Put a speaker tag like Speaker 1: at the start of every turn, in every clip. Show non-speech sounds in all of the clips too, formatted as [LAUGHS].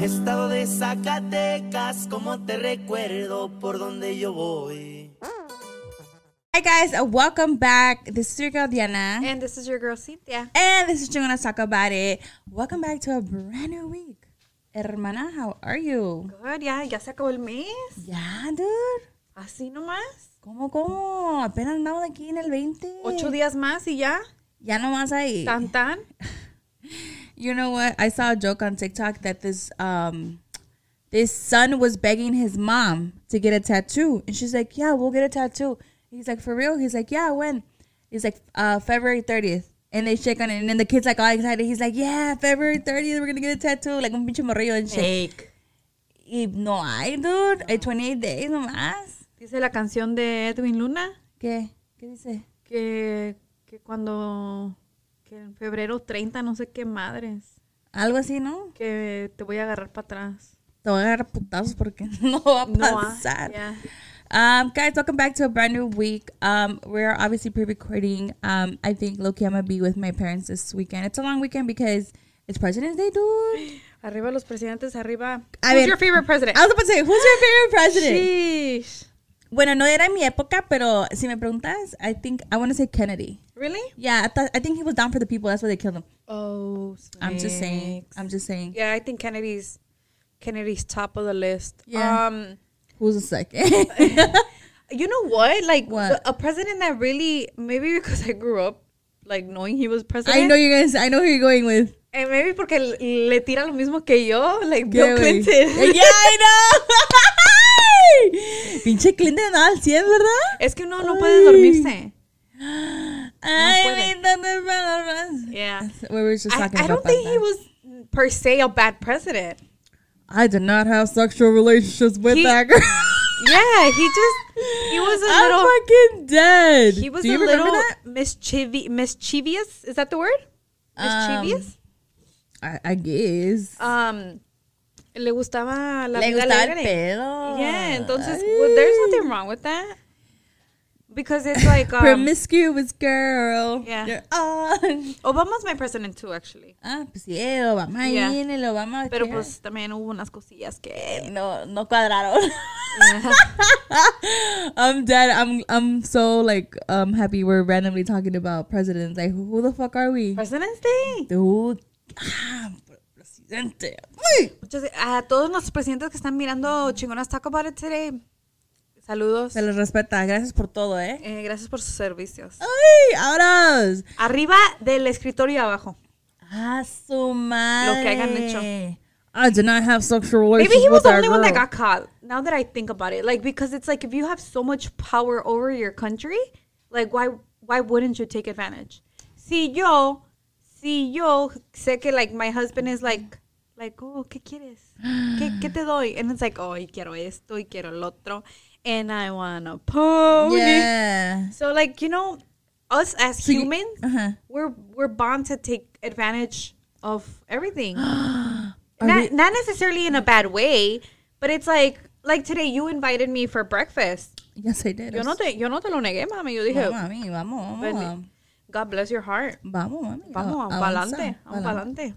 Speaker 1: Estado de Zacatecas, como te recuerdo por donde yo voy.
Speaker 2: Hi guys, uh, welcome back. This is your girl Diana,
Speaker 3: And this is your girl Cynthia.
Speaker 2: and this is We're Gonna Talk About It. Welcome back to a brand new week. Hermana, how are you?
Speaker 3: Good, ya, ya se acabó el mes.
Speaker 2: Ya, dude.
Speaker 3: Así nomás.
Speaker 2: ¿Cómo, cómo? Apenas andamos aquí en el 20.
Speaker 3: Ocho días más y ya.
Speaker 2: Ya nomás ahí.
Speaker 3: Tan tan.
Speaker 2: You know what? I saw a joke on TikTok that this um this son was begging his mom to get a tattoo, and she's like, "Yeah, we'll get a tattoo." He's like, "For real?" He's like, "Yeah, when?" He's like, uh, "February 30th." And they shake on it, and then the kid's like all excited. He's like, "Yeah, February 30th, we're gonna get a tattoo." Like un pinche morrillo and shit.
Speaker 3: Fake.
Speaker 2: Y no hay, dude. Hay 28 days nomás.
Speaker 3: [LAUGHS] Dice la canción de Edwin Luna
Speaker 2: ¿Qué? ¿Qué dice?
Speaker 3: que, que cuando. que en febrero 30, no sé qué madres.
Speaker 2: Algo así, ¿no?
Speaker 3: Que te voy a agarrar para atrás.
Speaker 2: Te voy a agarrar putazos porque [LAUGHS] no va a
Speaker 3: No, ah,
Speaker 2: pasar.
Speaker 3: ya.
Speaker 2: Um, guys, welcome back to a brand new week. Um, we're obviously pre-recording. Um, I think Loki, I'm gonna be with my parents this weekend. It's a long weekend because it's President's Day, dude.
Speaker 3: Arriba los presidentes, arriba.
Speaker 2: A
Speaker 3: [LAUGHS] Who's
Speaker 2: ver.
Speaker 3: your favorite president?
Speaker 2: I was about to say, who's your
Speaker 3: [LAUGHS]
Speaker 2: favorite president?
Speaker 3: Sheesh.
Speaker 2: Bueno, no era en mi época, pero si me preguntas, I think I want to say Kennedy.
Speaker 3: Really?
Speaker 2: Yeah, I thought I think he was down for the people. That's why they killed him.
Speaker 3: Oh,
Speaker 2: I'm just saying. I'm just saying.
Speaker 3: Yeah, I think Kennedy's Kennedy's top of the list.
Speaker 2: Yeah.
Speaker 3: Um
Speaker 2: Who's the
Speaker 3: [LAUGHS]
Speaker 2: second? [LAUGHS]
Speaker 3: You know what? Like
Speaker 2: What?
Speaker 3: a president that really maybe because I grew up like knowing he was president.
Speaker 2: I know you guys. I know who you're going with.
Speaker 3: And maybe porque le tira lo mismo que yo, like
Speaker 2: Yeah,
Speaker 3: Bill
Speaker 2: güey.
Speaker 3: Clinton.
Speaker 2: Yeah, I know. [LAUGHS] Pinche Clinton andaba al 100, ¿verdad?
Speaker 3: [LAUGHS] Es que uno no puede dormirse.
Speaker 2: [GASPS] Ay,
Speaker 3: puede.
Speaker 2: mis tantas palabras.
Speaker 3: Yeah.
Speaker 2: We were just
Speaker 3: I,
Speaker 2: talking
Speaker 3: I
Speaker 2: about
Speaker 3: don't think
Speaker 2: that.
Speaker 3: he was per se a bad president.
Speaker 2: I did not have sexual relationships with
Speaker 3: [LAUGHS] He-
Speaker 2: that girl.
Speaker 3: Yeah, he just he was a
Speaker 2: [LAUGHS] I'm
Speaker 3: little
Speaker 2: fucking dead.
Speaker 3: he was
Speaker 2: Oh Do you
Speaker 3: a
Speaker 2: remember
Speaker 3: little
Speaker 2: that?
Speaker 3: mischievous mischievous. Is that the word?
Speaker 2: Um,
Speaker 3: Mischievous?
Speaker 2: I, I guess.
Speaker 3: um le gustaba la
Speaker 2: Le
Speaker 3: vida
Speaker 2: gustaba el
Speaker 3: alegre.
Speaker 2: pedo.
Speaker 3: Yeah, entonces well, there's
Speaker 2: Ay.
Speaker 3: nothing wrong with that because it's like um,
Speaker 2: Promiscuous girl.
Speaker 3: Yeah.
Speaker 2: You're on.
Speaker 3: Obama's my president too actually.
Speaker 2: Ah, pues sí, el Obama ahí
Speaker 3: Yeah.
Speaker 2: en el Obama.
Speaker 3: Pero
Speaker 2: que-
Speaker 3: pues también hubo unas cosillas que [LAUGHS]
Speaker 2: Eh, no, no cuadraron. [LAUGHS] I'm dead. I'm I'm so like um happy we're randomly talking about presidents. Like who the fuck are we?
Speaker 3: President's Day.
Speaker 2: Dude. Ah, presidente. Uy.
Speaker 3: Muchas- a todos los presidentes que están mirando chingonas Talk About It today. Saludos.
Speaker 2: Se les respeta. Gracias por todo, eh.
Speaker 3: Eh, gracias por sus servicios.
Speaker 2: Ay, ahora.
Speaker 3: Arriba del escritorio y abajo.
Speaker 2: Ah, su madre.
Speaker 3: Lo que hayan hecho.
Speaker 2: I did not have sexual relations
Speaker 3: Maybe he was
Speaker 2: with
Speaker 3: the
Speaker 2: that
Speaker 3: only one that
Speaker 2: girl.
Speaker 3: got caught. Now that I think about it, like because it's like if you have so much power over your country, like why why wouldn't you take advantage? Si yo, si yo sé que like my husband is like like oh qué quieres, ¿Qué, qué te doy, and it's like oh y quiero esto y quiero el otro, and I wanna pony.
Speaker 2: Yeah.
Speaker 3: So like you know, us as
Speaker 2: So you-
Speaker 3: humans, [GASPS]
Speaker 2: uh-huh.
Speaker 3: we're we're bound to take advantage of everything.
Speaker 2: Are we-
Speaker 3: not, not necessarily in a bad way, but it's like like today you invited me for breakfast.
Speaker 2: Yes, I did.
Speaker 3: Yo no te yo no te lo negué, mami. Yo
Speaker 2: Vamos,
Speaker 3: dije,
Speaker 2: mami, vamos, vamos.
Speaker 3: "Ven, God bless your heart.
Speaker 2: Vamos, mami.
Speaker 3: Vamos,
Speaker 2: a-
Speaker 3: pa'lante,
Speaker 2: avanza, [LAUGHS]
Speaker 3: vamos pa'lante.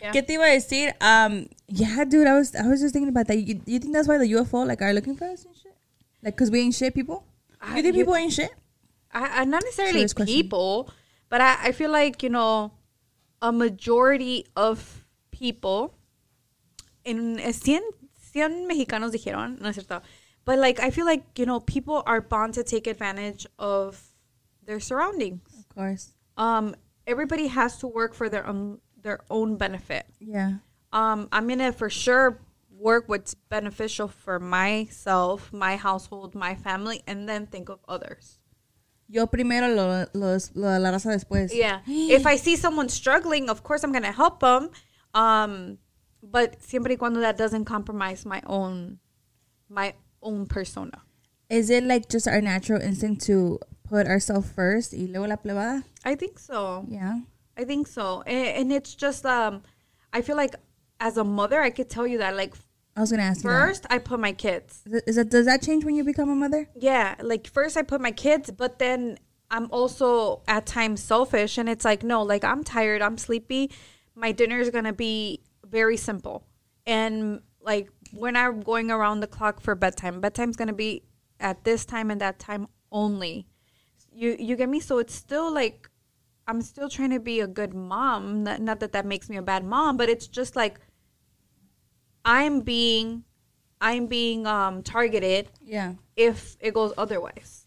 Speaker 3: Yeah.
Speaker 2: ¿Qué te iba a decir? Um, yeah, dude, I was I was just thinking about that. You, you think that's why the UFO like are looking for us and shit? Like, cause we ain't shit, people.
Speaker 3: Ah,
Speaker 2: you think
Speaker 3: you-
Speaker 2: people ain't shit?
Speaker 3: I, I not necessarily
Speaker 2: Serious question.
Speaker 3: people, but I, I feel like you know a majority of people in eh, 100, 100 mexicanos dijeron, no es cierto. But like I feel like you know people are bound to take advantage of their surroundings.
Speaker 2: Of course.
Speaker 3: Um, everybody has to work for their own their own benefit.
Speaker 2: Yeah.
Speaker 3: Um, I'm gonna for sure work what's beneficial for myself, my household, my family, and then think of others.
Speaker 2: Yo primero lo, los, lo de la raza después.
Speaker 3: Yeah. if I see someone struggling, of course I'm going to help them. Um, but siempre y cuando that doesn't compromise my own my own persona.
Speaker 2: [GASPS] Is it like just our natural instinct to put ourselves first y luego la plebada?
Speaker 3: I think so.
Speaker 2: Yeah.
Speaker 3: I think so. A- And, it's just um I feel like as a mother, I could tell you that like
Speaker 2: I was gonna ask
Speaker 3: first I put my kids.
Speaker 2: you. That. Is that does that change when you become a mother?
Speaker 3: Yeah, like first I put my kids, but then I'm also at times selfish and it's like no, like I'm tired, I'm sleepy. My dinner is going to be very simple. And like we're not going around the clock for bedtime. Bedtime's gonna be at this time and that time only. You you get me? So it's still like I'm still trying to be a good mom. Not, not that that makes me a bad mom, but it's just like I'm being I'm being um targeted
Speaker 2: Yeah.
Speaker 3: if it goes otherwise.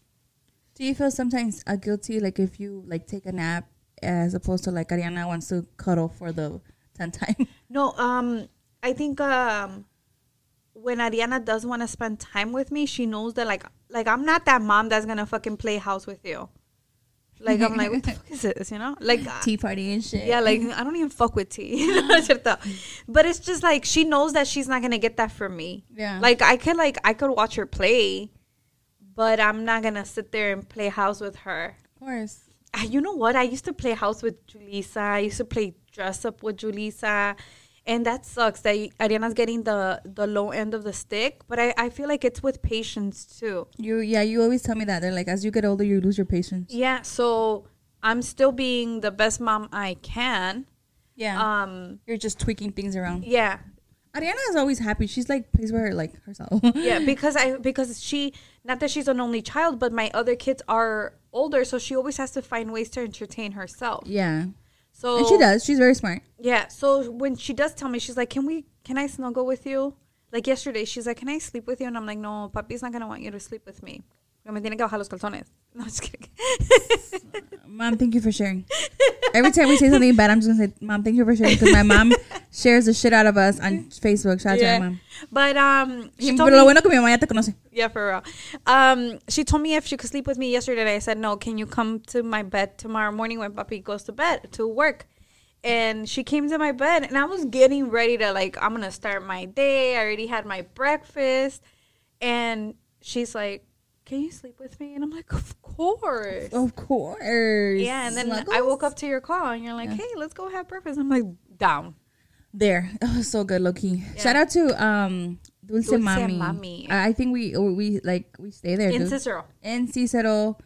Speaker 2: Do you feel sometimes uh, guilty, like if you like take a nap, as opposed to like Ariana wants to cuddle for the tenth time?
Speaker 3: No, um, I think um, when Ariana does want to spend time with me, she knows that like like I'm not that mom that's gonna fucking play house with you. Like I'm like, what the fuck is this? You know, like uh,
Speaker 2: Tea party and shit.
Speaker 3: yeah, like I don't even fuck with tea. [LAUGHS] No, es cierto. uh, but it's just like she knows that she's not gonna get that from me.
Speaker 2: Yeah.
Speaker 3: like I could like I could watch her play, but I'm not gonna sit there and play house with her.
Speaker 2: of course.
Speaker 3: Ah, you know what? I used to play house with Julissa. I used to play dress up with Julissa. And that sucks that you- Ariana's getting the, the low end of the stick. But I, I feel like it's with patience too.
Speaker 2: You yeah. You always tell me that they're like, as you get older, you lose your patience.
Speaker 3: Yeah. So I'm still being the best mom I can.
Speaker 2: Yeah.
Speaker 3: Um,
Speaker 2: You're just tweaking things around.
Speaker 3: yeah.
Speaker 2: Ariana is always happy. She's like plays with her like herself. [GASPS]
Speaker 3: Yeah. Because I because she not that she's an only child, but my other kids are older, so she always has to find ways to entertain herself.
Speaker 2: [LAUGHS] yeah.
Speaker 3: So
Speaker 2: and she does. She's very smart.
Speaker 3: Yeah. So when she does tell me, she's like, "Can we? Can I snuggle with you?" Like yesterday, she's like, "Can I sleep with you?" And I'm like, "No, papi's not gonna want you to sleep with me. No me tiene que bajar los calzones." [LAUGHS] No, just kidding. [LAUGHS]
Speaker 2: Mom, thank you for sharing. Every time we say something bad, I'm just gonna say, "Mom, thank you for sharing," because my
Speaker 3: [LAUGHS]
Speaker 2: mom shares the shit out of us on Facebook. Shout out to my mom.
Speaker 3: But um, she told
Speaker 2: Pero lo
Speaker 3: me,
Speaker 2: bueno que mi mamá ya te conoce.
Speaker 3: yeah, for real. Um, she told me if she could sleep with me yesterday, and I said, "No, can you come to my bed tomorrow morning when papi goes to bed to work?" And she came to my bed, and I was getting ready to like, I'm gonna start my day. I already had my breakfast, and she's like, "Can you sleep with me?" And I'm like, "Of course."
Speaker 2: Of course. oh,
Speaker 3: Yeah, and then I
Speaker 2: Snuggles?
Speaker 3: woke up to your call, and you're like, "Hey, let's go have breakfast." I'm like, "Down."
Speaker 2: there. Oh, so good, Loki. Shout out to um Dulce,
Speaker 3: Dulce
Speaker 2: Mami.
Speaker 3: Mami.
Speaker 2: I I think we oh, we like we stay there.
Speaker 3: In
Speaker 2: dude.
Speaker 3: Cicero.
Speaker 2: in Cicero.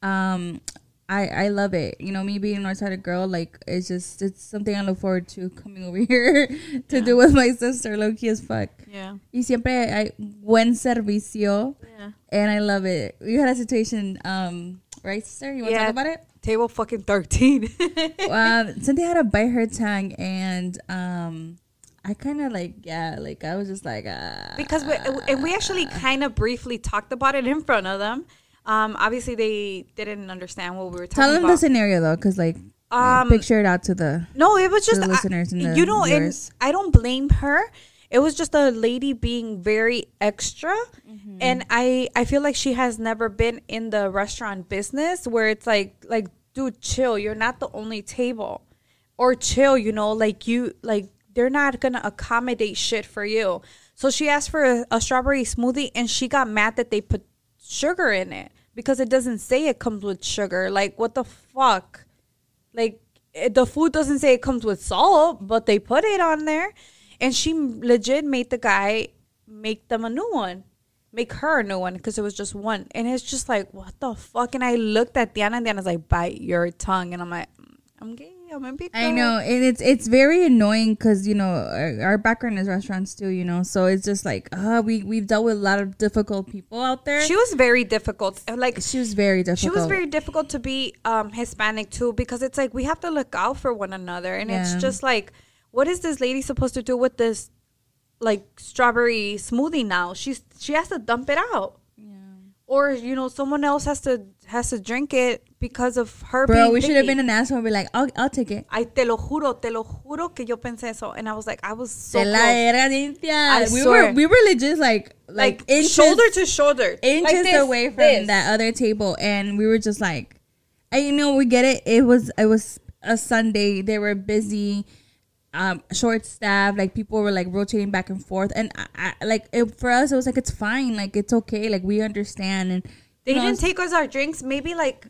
Speaker 2: Um, I I love it. You know, me being a North Side girl, like it's just it's something I look forward to coming over [LAUGHS] here to do with my sister. Low key as fuck.
Speaker 3: Yeah.
Speaker 2: Y siempre hay buen servicio,
Speaker 3: Yeah.
Speaker 2: and I love it. We had a situation, um, right, sister? You want to
Speaker 3: Yeah.
Speaker 2: talk about it?
Speaker 3: Table fucking thirteen. [LAUGHS]
Speaker 2: um, Cynthia had to bite her tongue, and um, I kind of like yeah, like I was just like uh,
Speaker 3: because we and we actually kind of briefly talked about it in front of them. Um, obviously they didn't understand what we were
Speaker 2: tell
Speaker 3: talking
Speaker 2: them the
Speaker 3: about.
Speaker 2: scenario though, because like
Speaker 3: Um,
Speaker 2: picture it out to the
Speaker 3: no, it was just
Speaker 2: the
Speaker 3: I-
Speaker 2: listeners and the
Speaker 3: you know,
Speaker 2: viewers.
Speaker 3: and I don't blame her. It was just a lady being very extra, and I I feel like she has never been in the restaurant business where it's like like dude, chill. You're not the only table, or chill. You know, like you like they're not gonna accommodate shit for you. So she asked for a, a strawberry smoothie, and she got mad that they put sugar in it because it doesn't say it comes with sugar. Like what the fuck? Like it, the food doesn't say it comes with salt, but they put it on there, and she legit made the guy make them a new one, make her a new one because it was just one, and it's just like what the fuck. And I looked at Diana, and Diana's like, "Bite your tongue," and I'm like, "Mm, "I'm gay, I'm a big."
Speaker 2: I
Speaker 3: girl."
Speaker 2: know, and it's it's very annoying because you know our, our background is restaurants too, you know, so it's just like uh, we we've dealt with a lot of difficult people out there.
Speaker 3: She
Speaker 2: She,
Speaker 3: was very difficult. Like
Speaker 2: was very difficult.
Speaker 3: She was very difficult to be um, Hispanic too because it's like we have to look out for one another, and
Speaker 2: Yeah.
Speaker 3: it's just like, what is this lady supposed to do with this, like strawberry smoothie? Now she's she has to dump it out,
Speaker 2: Yeah.
Speaker 3: or you know someone else has to has to drink it because of her.
Speaker 2: Bro,
Speaker 3: being
Speaker 2: we should have been
Speaker 3: picky.
Speaker 2: an asshole and be like, I'll, I'll take it.
Speaker 3: I te lo juro, te lo juro que yo pensé eso, and I was like, I was so
Speaker 2: De la
Speaker 3: close.
Speaker 2: era de India.
Speaker 3: I
Speaker 2: We
Speaker 3: swear.
Speaker 2: were we were legit like like,
Speaker 3: like,
Speaker 2: inches-
Speaker 3: shoulder to shoulder,
Speaker 2: inches
Speaker 3: Like this,
Speaker 2: away from
Speaker 3: this.
Speaker 2: that other table, and we were just like, I you know we get it. It was it was a Sunday. They were busy, um, short staff. Like people were like rotating back and forth, and I, I, like it, for us, it was like it's fine. Like it's okay. Like we understand, and
Speaker 3: They
Speaker 2: you know,
Speaker 3: didn't take us our drinks. Maybe like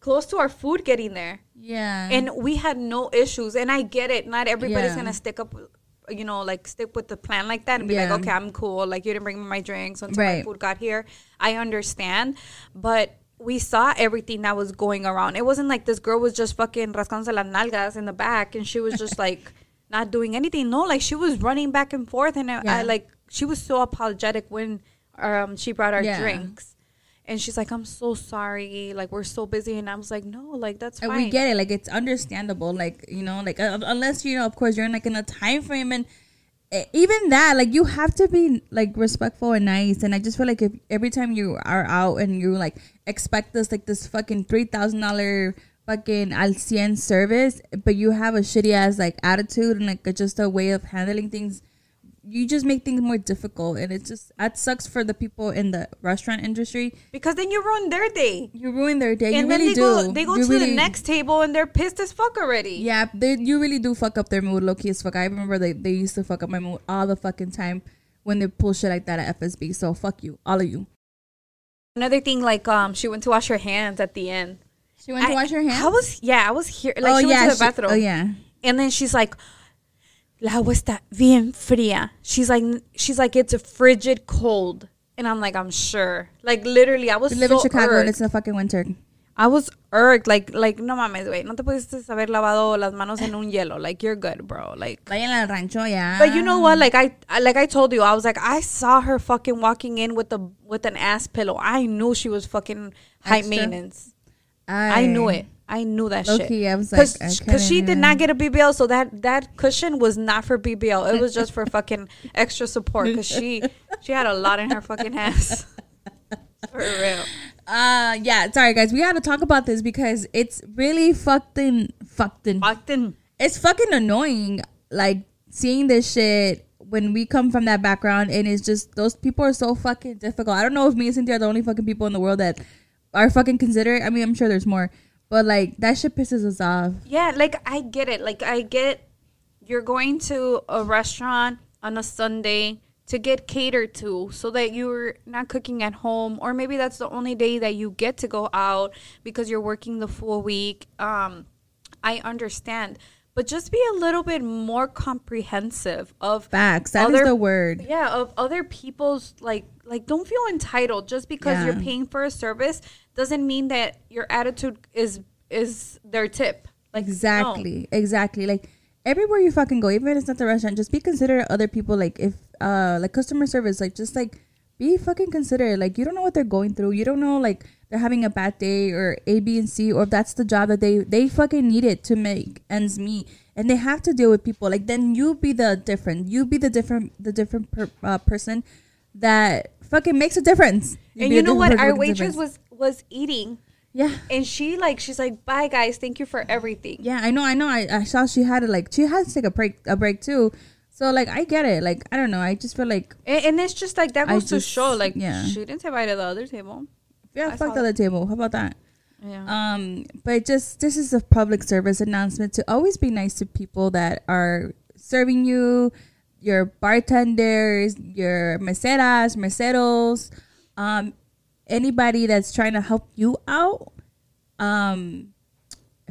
Speaker 3: close to our food getting there.
Speaker 2: Yeah,
Speaker 3: and we had no issues and i get it not everybody's
Speaker 2: Yeah.
Speaker 3: gonna stick up you know like stick with the plan like that and be
Speaker 2: Yeah.
Speaker 3: like okay i'm cool like you didn't bring me my drinks until
Speaker 2: Right.
Speaker 3: my food got here i understand but we saw everything that
Speaker 2: [LAUGHS]
Speaker 3: was going around it wasn't like this girl was just fucking rascándose las nalgas in the back and she was just like not doing anything. No, like she was running back and forth, and I,
Speaker 2: Yeah.
Speaker 3: I like she was so apologetic when um she brought our
Speaker 2: Yeah.
Speaker 3: drinks, and she's like, "I'm so sorry, like we're so busy," and I was like, "No, like that's
Speaker 2: And
Speaker 3: fine."
Speaker 2: we get it. Like it's understandable. Like you know, like uh, unless you know, of course, you're in like in a time frame, and uh, even that, like you have to be like respectful and nice. And I just feel like if every time you are out and you like expect this like this fucking three thousand dollar fucking al cien service, but you have a shitty ass like attitude and like just a way of handling things. You just make things more difficult, and it's just that sucks for the people in the restaurant industry.
Speaker 3: because then you ruin their day,
Speaker 2: You ruin their day. you
Speaker 3: and then
Speaker 2: really
Speaker 3: they go
Speaker 2: do.
Speaker 3: they go
Speaker 2: You
Speaker 3: to the
Speaker 2: really-
Speaker 3: next table and they're pissed as fuck already.
Speaker 2: yeah, they, you really do fuck up their mood, low key as fuck. I remember they, they used to fuck up my mood all the fucking time when they pull shit like that at FSB. So fuck you, all of you.
Speaker 3: Another thing, like um, she went to wash her hands at the end.
Speaker 2: She went to
Speaker 3: I-
Speaker 2: wash her hands.
Speaker 3: I was yeah, I was here. Like she went to the
Speaker 2: she-
Speaker 3: bathroom.
Speaker 2: oh yeah.
Speaker 3: And then she's like, "La agua está bien fría." She's like, she's like, it's a frigid cold. And I'm like, I'm sure. Like literally, I was
Speaker 2: We live
Speaker 3: so
Speaker 2: in Chicago and
Speaker 3: irked.
Speaker 2: it's the fucking winter.
Speaker 3: I was irked. Like, like no mames, wait, no te pudiste haber lavado las manos en un hielo. Like you're good, bro. Like.
Speaker 2: Vayan al rancho, yeah.
Speaker 3: But you know
Speaker 2: Ah.
Speaker 3: what? Like I, I- like I told you, I was like, I saw her fucking walking in with the with an ass pillow. I knew she was fucking high
Speaker 2: Extra.
Speaker 3: maintenance. I knew it. I knew that
Speaker 2: Low
Speaker 3: shit.
Speaker 2: key, I was
Speaker 3: Cause,
Speaker 2: like, I
Speaker 3: 'cause she
Speaker 2: couldn't
Speaker 3: did not get a BBL, so that that cushion was not for BBL. It was just for fucking extra support. Cause she she had a lot in her fucking
Speaker 2: [LAUGHS]
Speaker 3: ass. for real.
Speaker 2: Uh, yeah. Sorry, guys. We had to talk about this because it's really fucking, fucking,
Speaker 3: Ogden.
Speaker 2: it's fucking annoying like seeing this shit when we come from that background and it's just those people are so fucking difficult. I don't know if me and Cynthia are the only fucking people in the world that are fucking considerate. I mean, I'm sure there's more, but like that shit pisses us off.
Speaker 3: Yeah, like I get it. Like I get you're going to a restaurant on a Sunday to get catered to so that you're not cooking at home or maybe that's the only day that you get to go out because you're working the full week. Um I understand, but just be a little bit more comprehensive of
Speaker 2: Facts. That is
Speaker 3: Other-
Speaker 2: the word.
Speaker 3: yeah, of other people's like like don't feel entitled just because
Speaker 2: Yeah.
Speaker 3: you're paying for a service doesn't mean that your attitude is is their tip. Like no.
Speaker 2: Exactly. Exactly. Like everywhere you fucking go, even if it's not the restaurant, just be considerate of other people. Like if uh like customer service, like just like be fucking considerate. Like you don't know what they're going through. You don't know like they're having a bad day or A, B, and C, or if that's the job that they they fucking need it to make ends meet, and they have to deal with people. Like then you be the different. You be the different. The different per, uh, person that fucking makes a difference.
Speaker 3: and
Speaker 2: be
Speaker 3: you
Speaker 2: the
Speaker 3: know
Speaker 2: different
Speaker 3: what?
Speaker 2: person
Speaker 3: Our
Speaker 2: that makes a
Speaker 3: waitress
Speaker 2: difference.
Speaker 3: was was eating,
Speaker 2: yeah.
Speaker 3: and she like she's like, "Bye guys, thank you for everything."
Speaker 2: Yeah, I know, I know. I, I saw she had it like she had to take a break a break too. So like I get it. Like I don't know. I just feel like
Speaker 3: And, and it's just like that
Speaker 2: I
Speaker 3: goes to
Speaker 2: just-
Speaker 3: show, like
Speaker 2: yeah.
Speaker 3: she didn't say bye to the other table.
Speaker 2: yeah,
Speaker 3: I
Speaker 2: fuck
Speaker 3: saw
Speaker 2: the other table. How about that?
Speaker 3: Yeah.
Speaker 2: Um, but just this is a public service announcement to always be nice to people that are serving you, your bartenders, your meseras, meseros, um, anybody that's trying to help you out. Um,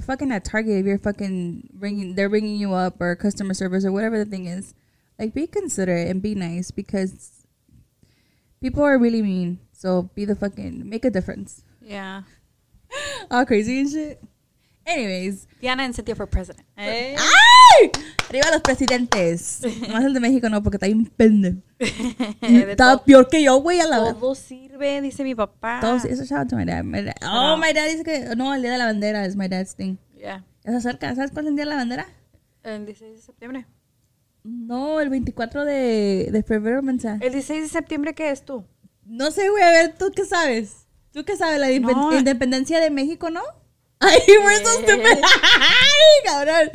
Speaker 2: fucking at Target, if you're fucking ringing, they're ringing you up or customer service or whatever the thing is. Like, be considerate and be nice because people are really mean. So be the fucking make a difference
Speaker 3: yeah.
Speaker 2: all Ah, crazy and shit. Anyways,
Speaker 3: Diana and Cynthia for president.
Speaker 2: [LAUGHS]
Speaker 3: Eh. [LAUGHS]
Speaker 2: ¡ay! Arriba los presidentes. Más el de México no, porque está bien pendejo. Y
Speaker 3: Eh, De Oh,
Speaker 2: Está peor que yo, güey, a la
Speaker 3: todo, todo sirve, dice mi papá.
Speaker 2: Todos, eso shout out to my dad. My dad- Oh, my dad dice que no, el día de la bandera is my dad's thing.
Speaker 3: yeah.
Speaker 2: ¿Ya se acerca? ¿Sabes cuál es el día de la bandera?
Speaker 3: El 16 de septiembre.
Speaker 2: No, el 24 de, de febrero, mensa.
Speaker 3: El 16 de septiembre, ¿qué es tú?
Speaker 2: No sé, güey, a ver, ¿tú qué sabes? ¿Tú qué sabes? La indepen-
Speaker 3: No. Eh.
Speaker 2: independencia de México, ¿no? [LAUGHS] Ay, we're so stupid. [LAUGHS] Ay, cabrón.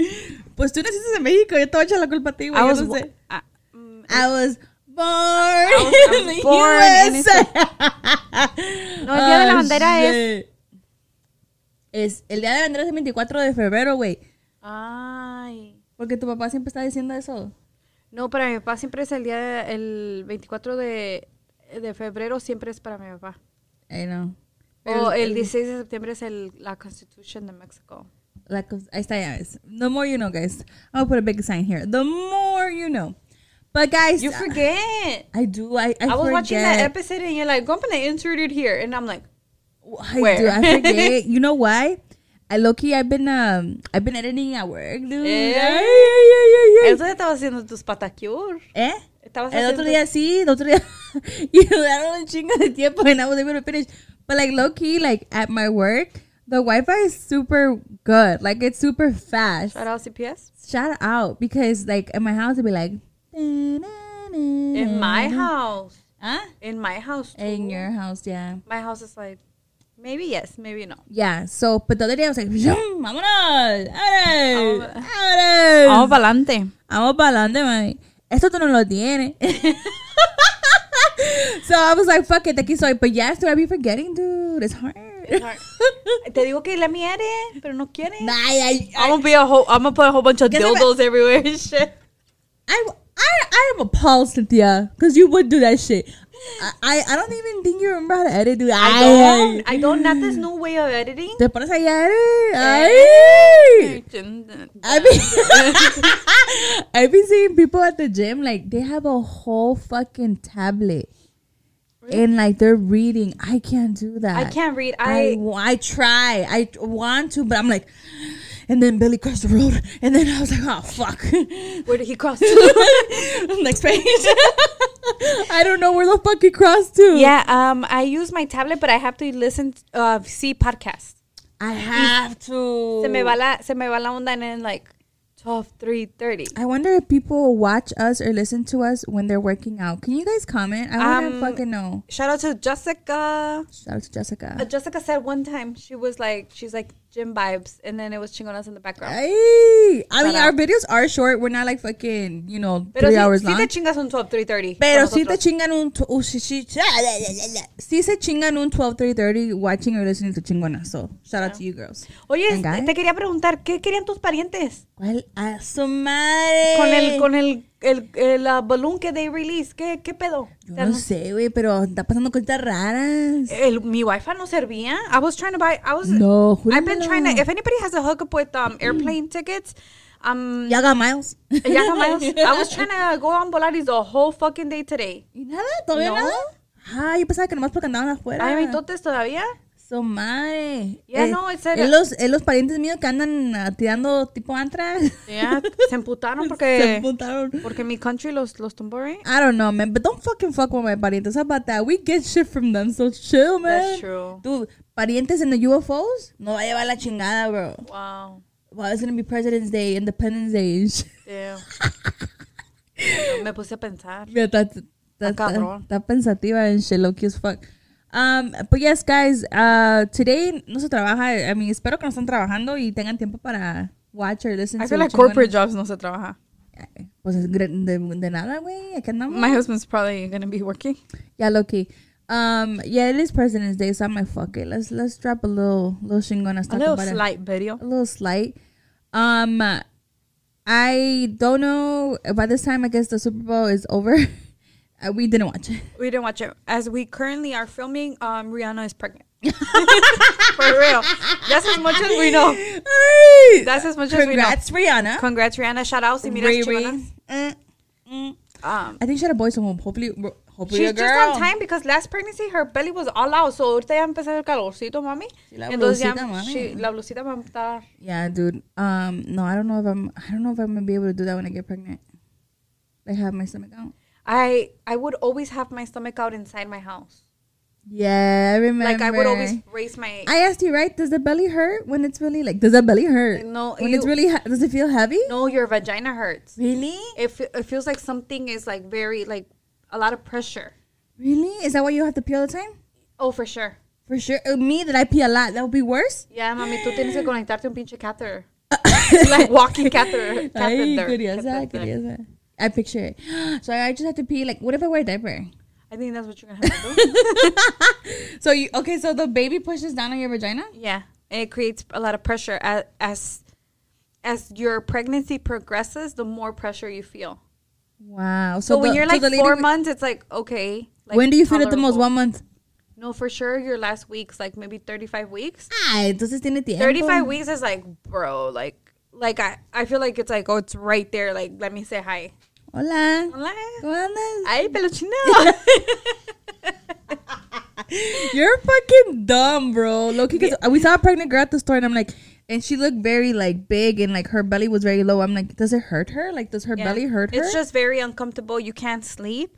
Speaker 2: Pues tú naciste en México, yo te voy a echar la culpa a ti, güey.
Speaker 3: I
Speaker 2: yo
Speaker 3: was
Speaker 2: no
Speaker 3: bo-
Speaker 2: sé.
Speaker 3: I- mm,
Speaker 2: I was born
Speaker 3: was- I
Speaker 2: in
Speaker 3: was
Speaker 2: the
Speaker 3: born in
Speaker 2: USA. [LAUGHS]
Speaker 3: No, el Día de la
Speaker 2: Oh,
Speaker 3: Bandera es-
Speaker 2: shit. es... El Día de la Bandera es el 24 de febrero, güey.
Speaker 3: Ay.
Speaker 2: Porque tu papá siempre está diciendo eso.
Speaker 3: No, para mi papá siempre es el día, de- el 24 de, de febrero, siempre es para mi papá.
Speaker 2: I know.
Speaker 3: O el 16 de septiembre es el, la Constitution de México.
Speaker 2: La cos- ahí está, ya ves. The more you know, guys. I'll put a big sign here. The more you know. But guys,
Speaker 3: You forget.
Speaker 2: I do. I I,
Speaker 3: I, was watching that
Speaker 2: forget.
Speaker 3: episode and you're like, go up and insert it here. And I'm like,
Speaker 2: I
Speaker 3: Where?
Speaker 2: do. I forget. you know why? I low key. I've been um. I've been editing at work, dude.
Speaker 3: Eh?
Speaker 2: Ay, ay, ay, ay, yay.
Speaker 3: Eso ya estaba haciendo tus patacure.
Speaker 2: ¿Eh?
Speaker 3: Estabas
Speaker 2: el otro
Speaker 3: haciendo-
Speaker 2: día sí, el otro día. [LAUGHS] y duraron un chingo de tiempo and I was able to finish. But like low key, like at my work, the Wi-Fi is super good. Like it's super fast.
Speaker 3: Shout out CPS.
Speaker 2: Shout out because like in my house it'd be like.
Speaker 3: In
Speaker 2: In
Speaker 3: my house.
Speaker 2: Huh?
Speaker 3: In my house. Too.
Speaker 2: In "Ah, your house, yeah.
Speaker 3: My house is like, maybe yes, maybe no.
Speaker 2: Yeah, so, but the other day I was [LAUGHS] like, "Zoom, vámonos, vámonos,
Speaker 3: Vamos-
Speaker 2: vámonos.
Speaker 3: para adelante.
Speaker 2: Vamos para adelante, mami. Esto tú no lo tienes. [LAUGHS] so I was like, fuck it, aquí soy. But yes, do I be forgetting, dude? It's hard.
Speaker 3: hard. Te digo que la miere, pero no quiere.
Speaker 2: [LAUGHS] Nah, I, I,
Speaker 3: I'm gonna be a whole. I'm gonna put a whole bunch of
Speaker 2: Guess I'm a-
Speaker 3: dildos everywhere and shit.
Speaker 2: I, I, I am appalled, Cynthia, because you would do that shit. I, I, I don't even think you remember how to edit, dude.
Speaker 3: I don't. Eh, I don't. Not this new way of editing.
Speaker 2: Te pones a edit.
Speaker 3: eh,
Speaker 2: Ay. I be [LAUGHS] I've been seeing people at the gym like they have a whole fucking tablet. And like they're reading. I can't do
Speaker 3: I
Speaker 2: that.
Speaker 3: can't read.
Speaker 2: I,
Speaker 3: I
Speaker 2: I try. I want to, but I'm like and then Billy crossed the road and then I was like, oh fuck. [LAUGHS]
Speaker 3: where did he cross?
Speaker 2: Next page. [LAUGHS] I don't know where the fuck it crossed to.
Speaker 3: yeah. Um. I use my tablet, but I have to listen. Uh. See podcasts.
Speaker 2: I have to.
Speaker 3: Se me va la. Se me va la onda and then like twelve three thirty.
Speaker 2: I wonder if people watch us or listen to us when they're working out. Can you guys comment? I want to
Speaker 3: Um,
Speaker 2: fucking know.
Speaker 3: Shout out to Jessica.
Speaker 2: Shout out to Jessica.
Speaker 3: Uh, Jessica said one time she was like, she's like gym vibes, and then it was chingonas in the background.
Speaker 2: Ay, I mean,
Speaker 3: Shout
Speaker 2: our
Speaker 3: out.
Speaker 2: videos are short. We're not like fucking, you know,
Speaker 3: Pero
Speaker 2: three
Speaker 3: sí,
Speaker 2: hours
Speaker 3: sí
Speaker 2: long.
Speaker 3: te chingas un 12, 3.30.
Speaker 2: Pero
Speaker 3: con
Speaker 2: si te
Speaker 3: nosotros.
Speaker 2: chingan un... tw- uh, sí, sí, sí se chingan un 12, 3.30 watching or listening to chingona. So, shout out to you girls.
Speaker 3: Ah. Oye, este,
Speaker 2: And guy.
Speaker 3: te quería preguntar, ¿qué querían tus parientes?
Speaker 2: ¿Cuál a su madre?
Speaker 3: Con el, con el, el, el, ah, balloon que they release, ¿qué, qué pedo?
Speaker 2: Yo no sé, güey, pero está pasando cosas raras.
Speaker 3: El- mi wifi no servía. I was trying to buy, I was,
Speaker 2: No, Mm.
Speaker 3: I've been
Speaker 2: júramelo.
Speaker 3: trying to, if anybody has a hookup with um, airplane tickets, um,
Speaker 2: [LAUGHS] Ya got miles.
Speaker 3: ya no más. I was trying to go on Volaris the whole fucking day today.
Speaker 2: [LAUGHS] ¿Y nada? ¿Todavía
Speaker 3: No.
Speaker 2: nada? Ah, yo pensaba que nomás porque andaban afuera.
Speaker 3: Ay, mi totes todavía.
Speaker 2: Su madre.
Speaker 3: Ya
Speaker 2: Eh,
Speaker 3: no, it's a-
Speaker 2: es los, es los parientes míos que andan ah, tirando tipo antra.
Speaker 3: Ya, [LAUGHS] se
Speaker 2: [LAUGHS]
Speaker 3: emputaron
Speaker 2: Se
Speaker 3: ah, porque,
Speaker 2: apuntaron.
Speaker 3: porque mi country los, los tumbó, right?
Speaker 2: I don't know, man, but don't fucking fuck with my parientes. How about that? uh, We get shit from them, so chill, man.
Speaker 3: That's true.
Speaker 2: Dude, parientes in the UFOs? No va a llevar la chingada, bro.
Speaker 3: Wow.
Speaker 2: Well, it's gonna be President's Day, Independence Day. [LAUGHS] and shit.
Speaker 3: Damn. Me puse a pensar.
Speaker 2: Mira, está- está- está-
Speaker 3: cabrón.
Speaker 2: está pensativa and shit, low key as fuck. Um, but yes, guys, uh, today no se trabaja. I mean, espero que no están trabajando y tengan tiempo para watch or listen
Speaker 3: I
Speaker 2: to
Speaker 3: feel like
Speaker 2: chingones.
Speaker 3: corporate jobs no se trabaja.
Speaker 2: Ay, Pues es gre- de, de nada, güey. Aquí andamos.
Speaker 3: My husband's probably gonna be working.
Speaker 2: Yeah, Loki. Um, yeah, it is President's Day, so I'm like, fuck it. Let's let's drop a little little chingona.
Speaker 3: A little slight video.
Speaker 2: A little slight. Um, I don't know. By this time, I guess the Super Bowl is over. [LAUGHS] Uh, we didn't watch it.
Speaker 3: We didn't watch it. As we currently are filming, um, Rihanna
Speaker 2: [LAUGHS]
Speaker 3: is pregnant. For real. That's as much as we know.
Speaker 2: Ay!
Speaker 3: That's as much as we know.
Speaker 2: Congrats, Rihanna.
Speaker 3: Congrats, Rihanna. Shout out. Si miras
Speaker 2: Riri.
Speaker 3: chingonas.
Speaker 2: Mm, mm.
Speaker 3: Um,
Speaker 2: I think she had a boy home. Hopefully, hopefully
Speaker 3: she's
Speaker 2: a girl.
Speaker 3: just on time because last pregnancy her belly was all out. So ahorita ya empezó el calorcito, mami.
Speaker 2: Sí, la
Speaker 3: Entonces ya
Speaker 2: blusita, mami.
Speaker 3: she- la blusita va a estar.
Speaker 2: Yeah, dude. Um, no, I don't know if I'm. I don't know if I'm gonna be able to do that when I get pregnant. Like have my stomach out.
Speaker 3: I I would always have my stomach out inside my house.
Speaker 2: Yeah, I remember.
Speaker 3: Like I would always raise my.
Speaker 2: I asked you, right? Does the belly hurt when it's really like? Does the belly hurt?
Speaker 3: No,
Speaker 2: When it's
Speaker 3: you-
Speaker 2: really, he- does it feel heavy?
Speaker 3: no, your vagina hurts.
Speaker 2: Really?
Speaker 3: It, fe- it feels like something is like very like a lot of pressure.
Speaker 2: Really? Is that why you have to pee all the time?
Speaker 3: Oh, for sure.
Speaker 2: For sure. Uh, me, that I pee a lot, that would be worse.
Speaker 3: Yeah, mami, tú tienes que conectarte un
Speaker 2: [LAUGHS]
Speaker 3: pinche catheter. like walking catheter.
Speaker 2: Ay, ah,
Speaker 3: catheter,
Speaker 2: curiosa,
Speaker 3: catheter.
Speaker 2: curiosa. ah. I picture it. [GASPS] So I just have to pee. Like, what if I wear a diaper?
Speaker 3: I think that's what you're gonna have to do.
Speaker 2: So you okay? So the baby pushes down on your vagina. [LAUGHS]
Speaker 3: yeah, and it creates a lot of pressure as as as your pregnancy progresses. The more pressure you feel.
Speaker 2: Wow.
Speaker 3: So, when
Speaker 2: the-
Speaker 3: you're like
Speaker 2: the lady-
Speaker 3: four months, it's like okay. Like,
Speaker 2: when do you feel it the most?
Speaker 3: tolerable.
Speaker 2: One month.
Speaker 3: No, for sure, your last weeks, like maybe 35 weeks.
Speaker 2: Ah, entonces tiene tiempo.
Speaker 3: 35 weeks is like, bro, like, like I, I feel like it's like, oh, it's right there. Like, let me say hi.
Speaker 2: Hola.
Speaker 3: Hola.
Speaker 2: ¿Cómo andas?
Speaker 3: Ay, peluchina.
Speaker 2: You're fucking dumb, bro. Loki, because we saw a pregnant girl at the store, and I'm like, and she looked very like big and like her belly was very low. I'm like, does it hurt her? Like, does her
Speaker 3: [LAUGHS] Yeah.
Speaker 2: belly hurt her?
Speaker 3: It's just very uncomfortable. You can't sleep.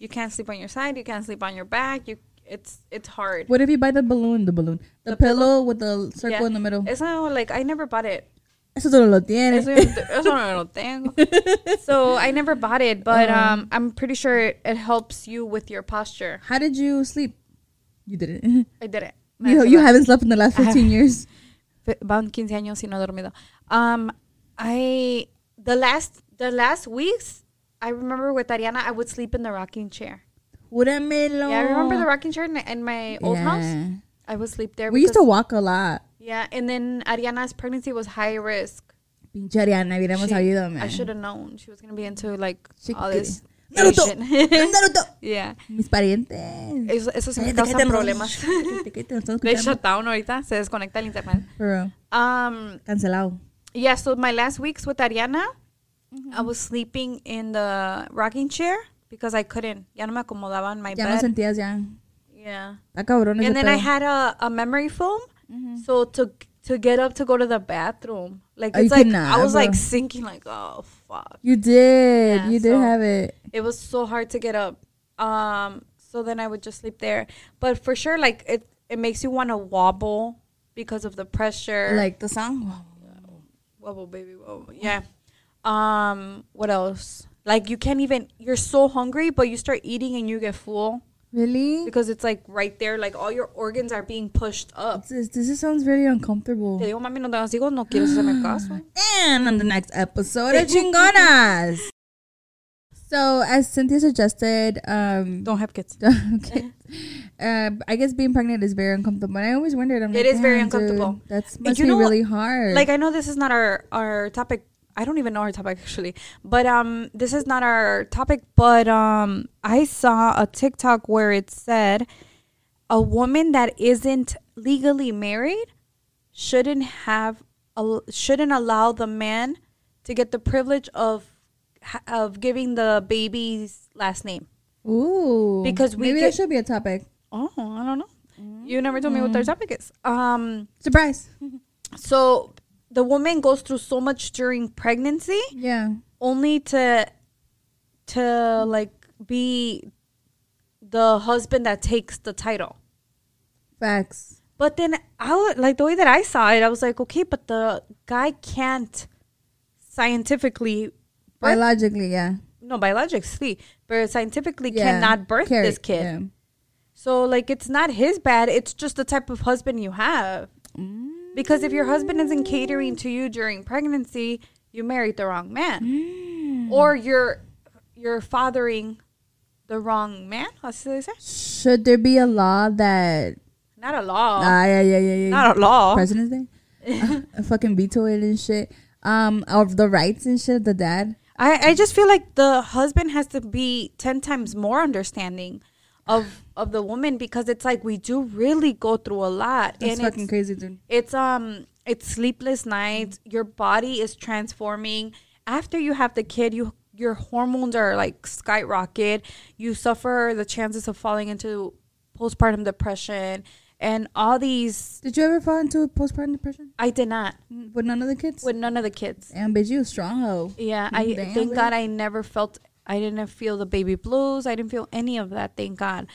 Speaker 3: You can't sleep on your side. You can't sleep on your back. You it's it's hard.
Speaker 2: what if you buy the balloon? The balloon, the, pillow, with the circle
Speaker 3: Yeah.
Speaker 2: in the middle.
Speaker 3: It's not like I never bought [LAUGHS] it.
Speaker 2: Eso solo lo tiene.
Speaker 3: Eso yo no- eso no lo [LAUGHS] tengo. so I never bought it, but um, I'm pretty sure it, it helps you with your posture.
Speaker 2: How did you sleep? You didn't. [LAUGHS]
Speaker 3: I did it.
Speaker 2: You, you haven't slept in the
Speaker 3: [LAUGHS]
Speaker 2: last 15 years.
Speaker 3: Fe- van 15 años y no he dormido. Um, I the last the last weeks I remember with Ariana I would sleep in the rocking chair.
Speaker 2: Júramelo.
Speaker 3: Yeah, I remember the rocking chair in, in my old house.
Speaker 2: Yeah.
Speaker 3: I would sleep there.
Speaker 2: We used to
Speaker 3: because-
Speaker 2: walk a lot.
Speaker 3: Yeah, and then Ariana's pregnancy was high risk.
Speaker 2: Pinche Ariana, hubiéramos
Speaker 3: She-
Speaker 2: sabido, man.
Speaker 3: I should have known she was gonna be into like
Speaker 2: She
Speaker 3: all
Speaker 2: could-
Speaker 3: this.
Speaker 2: Naruto!
Speaker 3: [LAUGHS] Asian.
Speaker 2: [LAUGHS] Naruto!
Speaker 3: yeah,
Speaker 2: Mis parientes.
Speaker 3: eso, eso sí me
Speaker 2: Cállate,
Speaker 3: causa
Speaker 2: cállate, [LAUGHS]
Speaker 3: problemas.
Speaker 2: cállate, cállate, nos estamos
Speaker 3: They
Speaker 2: escuchando.
Speaker 3: shut down ahorita, se desconecta el internet.
Speaker 2: For real.
Speaker 3: Um,
Speaker 2: Cancelado.
Speaker 3: yeah, so my last weeks with Ariana,
Speaker 2: Mm-hmm.
Speaker 3: I was sleeping in the rocking chair because I couldn't. Ya no me acomodaba en my
Speaker 2: Ya no
Speaker 3: bed.
Speaker 2: sentías ya.
Speaker 3: yeah.
Speaker 2: Está cabrón ese
Speaker 3: And then I
Speaker 2: pedo.
Speaker 3: had a, a memory foam.
Speaker 2: Mm-hmm.
Speaker 3: So to to get up to go to the bathroom, like
Speaker 2: Oh, you
Speaker 3: it's like
Speaker 2: could not,
Speaker 3: I was like
Speaker 2: bro.
Speaker 3: sinking, like oh fuck,
Speaker 2: You did.
Speaker 3: Yeah,
Speaker 2: you did
Speaker 3: so-
Speaker 2: have it.
Speaker 3: it was so hard to get up. Um, so then I would just sleep there. But for sure, like it it makes you want to wobble because of the pressure.
Speaker 2: Like the song.
Speaker 3: wobble baby wobble. Yeah. Um, what else? Like you can't even. You're so hungry, but you start eating and you get full
Speaker 2: Really?
Speaker 3: because it's like right there. Like all your organs are being pushed up.
Speaker 2: This, this just sounds very uncomfortable.
Speaker 3: Te digo, mami, no te las digo, no quieres hacerme caso.
Speaker 2: And on the next episode
Speaker 3: [LAUGHS]
Speaker 2: of Chingonas. So, as Cynthia suggested, um, [LAUGHS]
Speaker 3: Don't have kids.
Speaker 2: okay. Uh, I guess being pregnant is very uncomfortable. And I always wondered. I'm like,
Speaker 3: It is very
Speaker 2: "Damn, dude,
Speaker 3: uncomfortable.
Speaker 2: That's
Speaker 3: You
Speaker 2: must be
Speaker 3: know,
Speaker 2: really hard.
Speaker 3: Like I know this is not our our topic. I don't even know our topic actually, but um, this is not our topic. But um, I saw a TikTok where it said a woman that isn't legally married shouldn't have al- shouldn't allow the man to get the privilege of ha- of giving the baby's last name.
Speaker 2: ooh,
Speaker 3: because we
Speaker 2: maybe
Speaker 3: get-
Speaker 2: that should be a topic.
Speaker 3: Oh, I don't know. You never told me what our topic is. Um,
Speaker 2: Surprise.
Speaker 3: so the woman goes through so much during pregnancy
Speaker 2: yeah.
Speaker 3: only to to like be the husband that takes the title
Speaker 2: Facts.
Speaker 3: but then i would like the way that i saw it i was like okay but the guy can't scientifically [LAUGHS] birth,
Speaker 2: Biologically, yeah.
Speaker 3: no biologically but scientifically
Speaker 2: yeah.
Speaker 3: cannot birth
Speaker 2: Care-
Speaker 3: this kid
Speaker 2: yeah.
Speaker 3: so like it's not his bad it's just the type of husband you have because if your husband isn't catering to you during pregnancy you married the wrong man
Speaker 2: Mm.
Speaker 3: or you're you're fathering the wrong man. What's they say?
Speaker 2: Should there be a law that?
Speaker 3: Not a law.
Speaker 2: Ah, yeah, yeah, yeah, yeah.
Speaker 3: Oh. Not a law.
Speaker 2: President's Day. Uh, fucking veto it and shit. Um, of the rights and shit. of The dad.
Speaker 3: I, I just feel like the husband has to be ten times more understanding of of the woman because it's like we do really go through a lot.
Speaker 2: That's
Speaker 3: and
Speaker 2: fucking
Speaker 3: it's,
Speaker 2: crazy, dude.
Speaker 3: it's um it's sleepless nights. Your body is transforming. After you have the kid, you your hormones are like skyrocket. You suffer the chances of falling into postpartum depression and all these
Speaker 2: Did you ever fall into postpartum depression
Speaker 3: I did not
Speaker 2: with none of the kids?
Speaker 3: with none of the kids.
Speaker 2: Damn, bitch, you a strong hoe.
Speaker 3: Yeah, I
Speaker 2: Mm, Damn,
Speaker 3: thank
Speaker 2: bitch.
Speaker 3: God I never felt I didn't feel the baby blues. I didn't feel any of that. Thank God.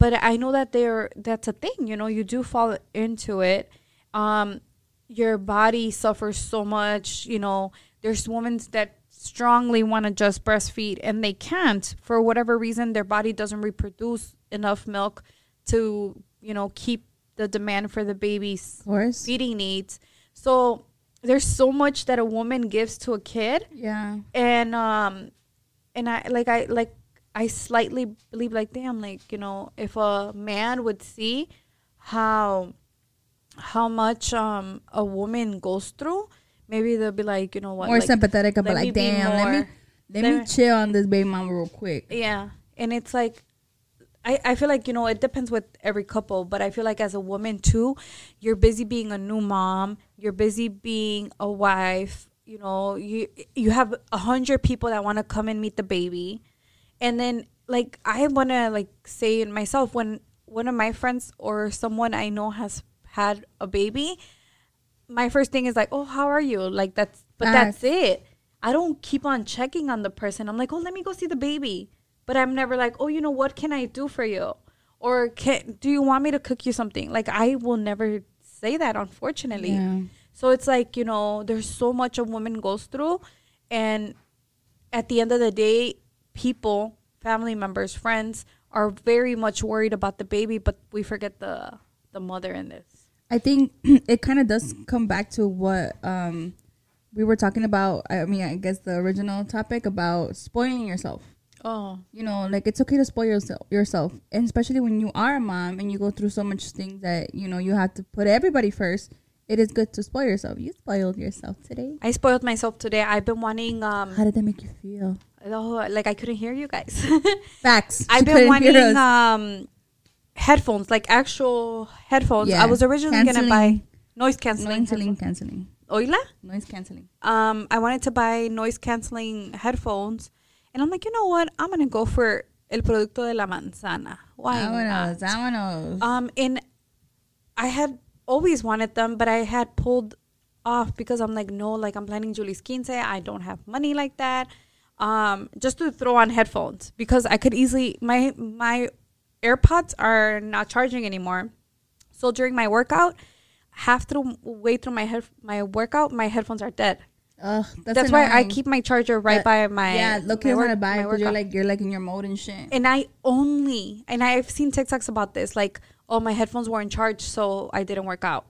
Speaker 3: But I know that there that's a thing. You know, you do fall into it. Um, your body suffers so much. You know, there's women that strongly want to just breastfeed and they can't for whatever reason. Their body doesn't reproduce enough milk to you know keep the demand for the baby's
Speaker 2: Of course.
Speaker 3: feeding needs. So there's so much that a woman gives to a kid,
Speaker 2: Yeah.
Speaker 3: and um, and I like I like I slightly believe like damn like you know if a man would see how how much um a woman goes through, maybe they'll be like you know what
Speaker 2: More
Speaker 3: like,
Speaker 2: sympathetic, but
Speaker 3: let me
Speaker 2: like,
Speaker 3: be
Speaker 2: damn, let me
Speaker 3: more-
Speaker 2: let,
Speaker 3: let
Speaker 2: me
Speaker 3: me-
Speaker 2: chill on this baby mama real quick.
Speaker 3: yeah, and it's like. I, I feel like you know it depends with every couple but i feel like as a woman too you're busy being a new mom you're busy being a wife you know you you have a hundred people that want to come and meet the baby and then like i want to like say it myself when one of my friends or someone i know has had a baby my first thing is like, oh, how are you? Like that's, but
Speaker 2: Facts.
Speaker 3: that's it. I don't keep on checking on the person. I'm like, oh, let me go see the baby. But I'm never like, oh, you know, what can I do for you? Or can do you want me to cook you something? Like I will never say that, unfortunately.
Speaker 2: Yeah.
Speaker 3: So it's like you know, there's so much a woman goes through, and at the end of the day, people, family members, friends are very much worried about the baby, but we forget the the mother in this.
Speaker 2: I think [CLEARS THROAT] it kind of does come back to what um, we were talking about. I mean, I guess the original topic about spoiling yourself.
Speaker 3: Oh,
Speaker 2: You know, like it's okay to spoil yourself, yourself, and especially when you are a mom and you go through so much things that you know you have to put everybody first. It is good to spoil yourself. You spoiled yourself today.
Speaker 3: I spoiled myself today. I've been wanting um
Speaker 2: How did that make you feel?
Speaker 3: oh, like I couldn't hear
Speaker 2: [LAUGHS]
Speaker 3: you guys. [LAUGHS]
Speaker 2: Facts.
Speaker 3: I've
Speaker 2: She
Speaker 3: been
Speaker 2: couldn't hear us.
Speaker 3: wanting um headphones, like actual headphones.
Speaker 2: Yeah.
Speaker 3: I was originally
Speaker 2: Canceling-
Speaker 3: gonna buy noise canceling.
Speaker 2: canceling, canceling,
Speaker 3: Oila?
Speaker 2: noise canceling.
Speaker 3: Um I wanted to buy noise canceling headphones and I'm like, you know what? I'm gonna go for el producto de la manzana. Why not?
Speaker 2: Vámonos, vámonos.
Speaker 3: Um, and I had always wanted them, but I had pulled off because I'm like, no, like I'm planning Julie's quince. I don't have money like that. Um, just to throw on headphones because I could easily my my AirPods are not charging anymore. So during my workout, half through way through my head my workout, my headphones are dead.
Speaker 2: Ugh,
Speaker 3: That's, why I
Speaker 2: annoying.
Speaker 3: keep my charger right by
Speaker 2: That-
Speaker 3: my
Speaker 2: yeah. Look,
Speaker 3: my
Speaker 2: you
Speaker 3: work-
Speaker 2: want to buy
Speaker 3: my
Speaker 2: it because you're
Speaker 3: workout
Speaker 2: like you're like in your mode and shit.
Speaker 3: and I only and I've seen TikToks about this, like, oh my headphones weren't charged, so I didn't work out.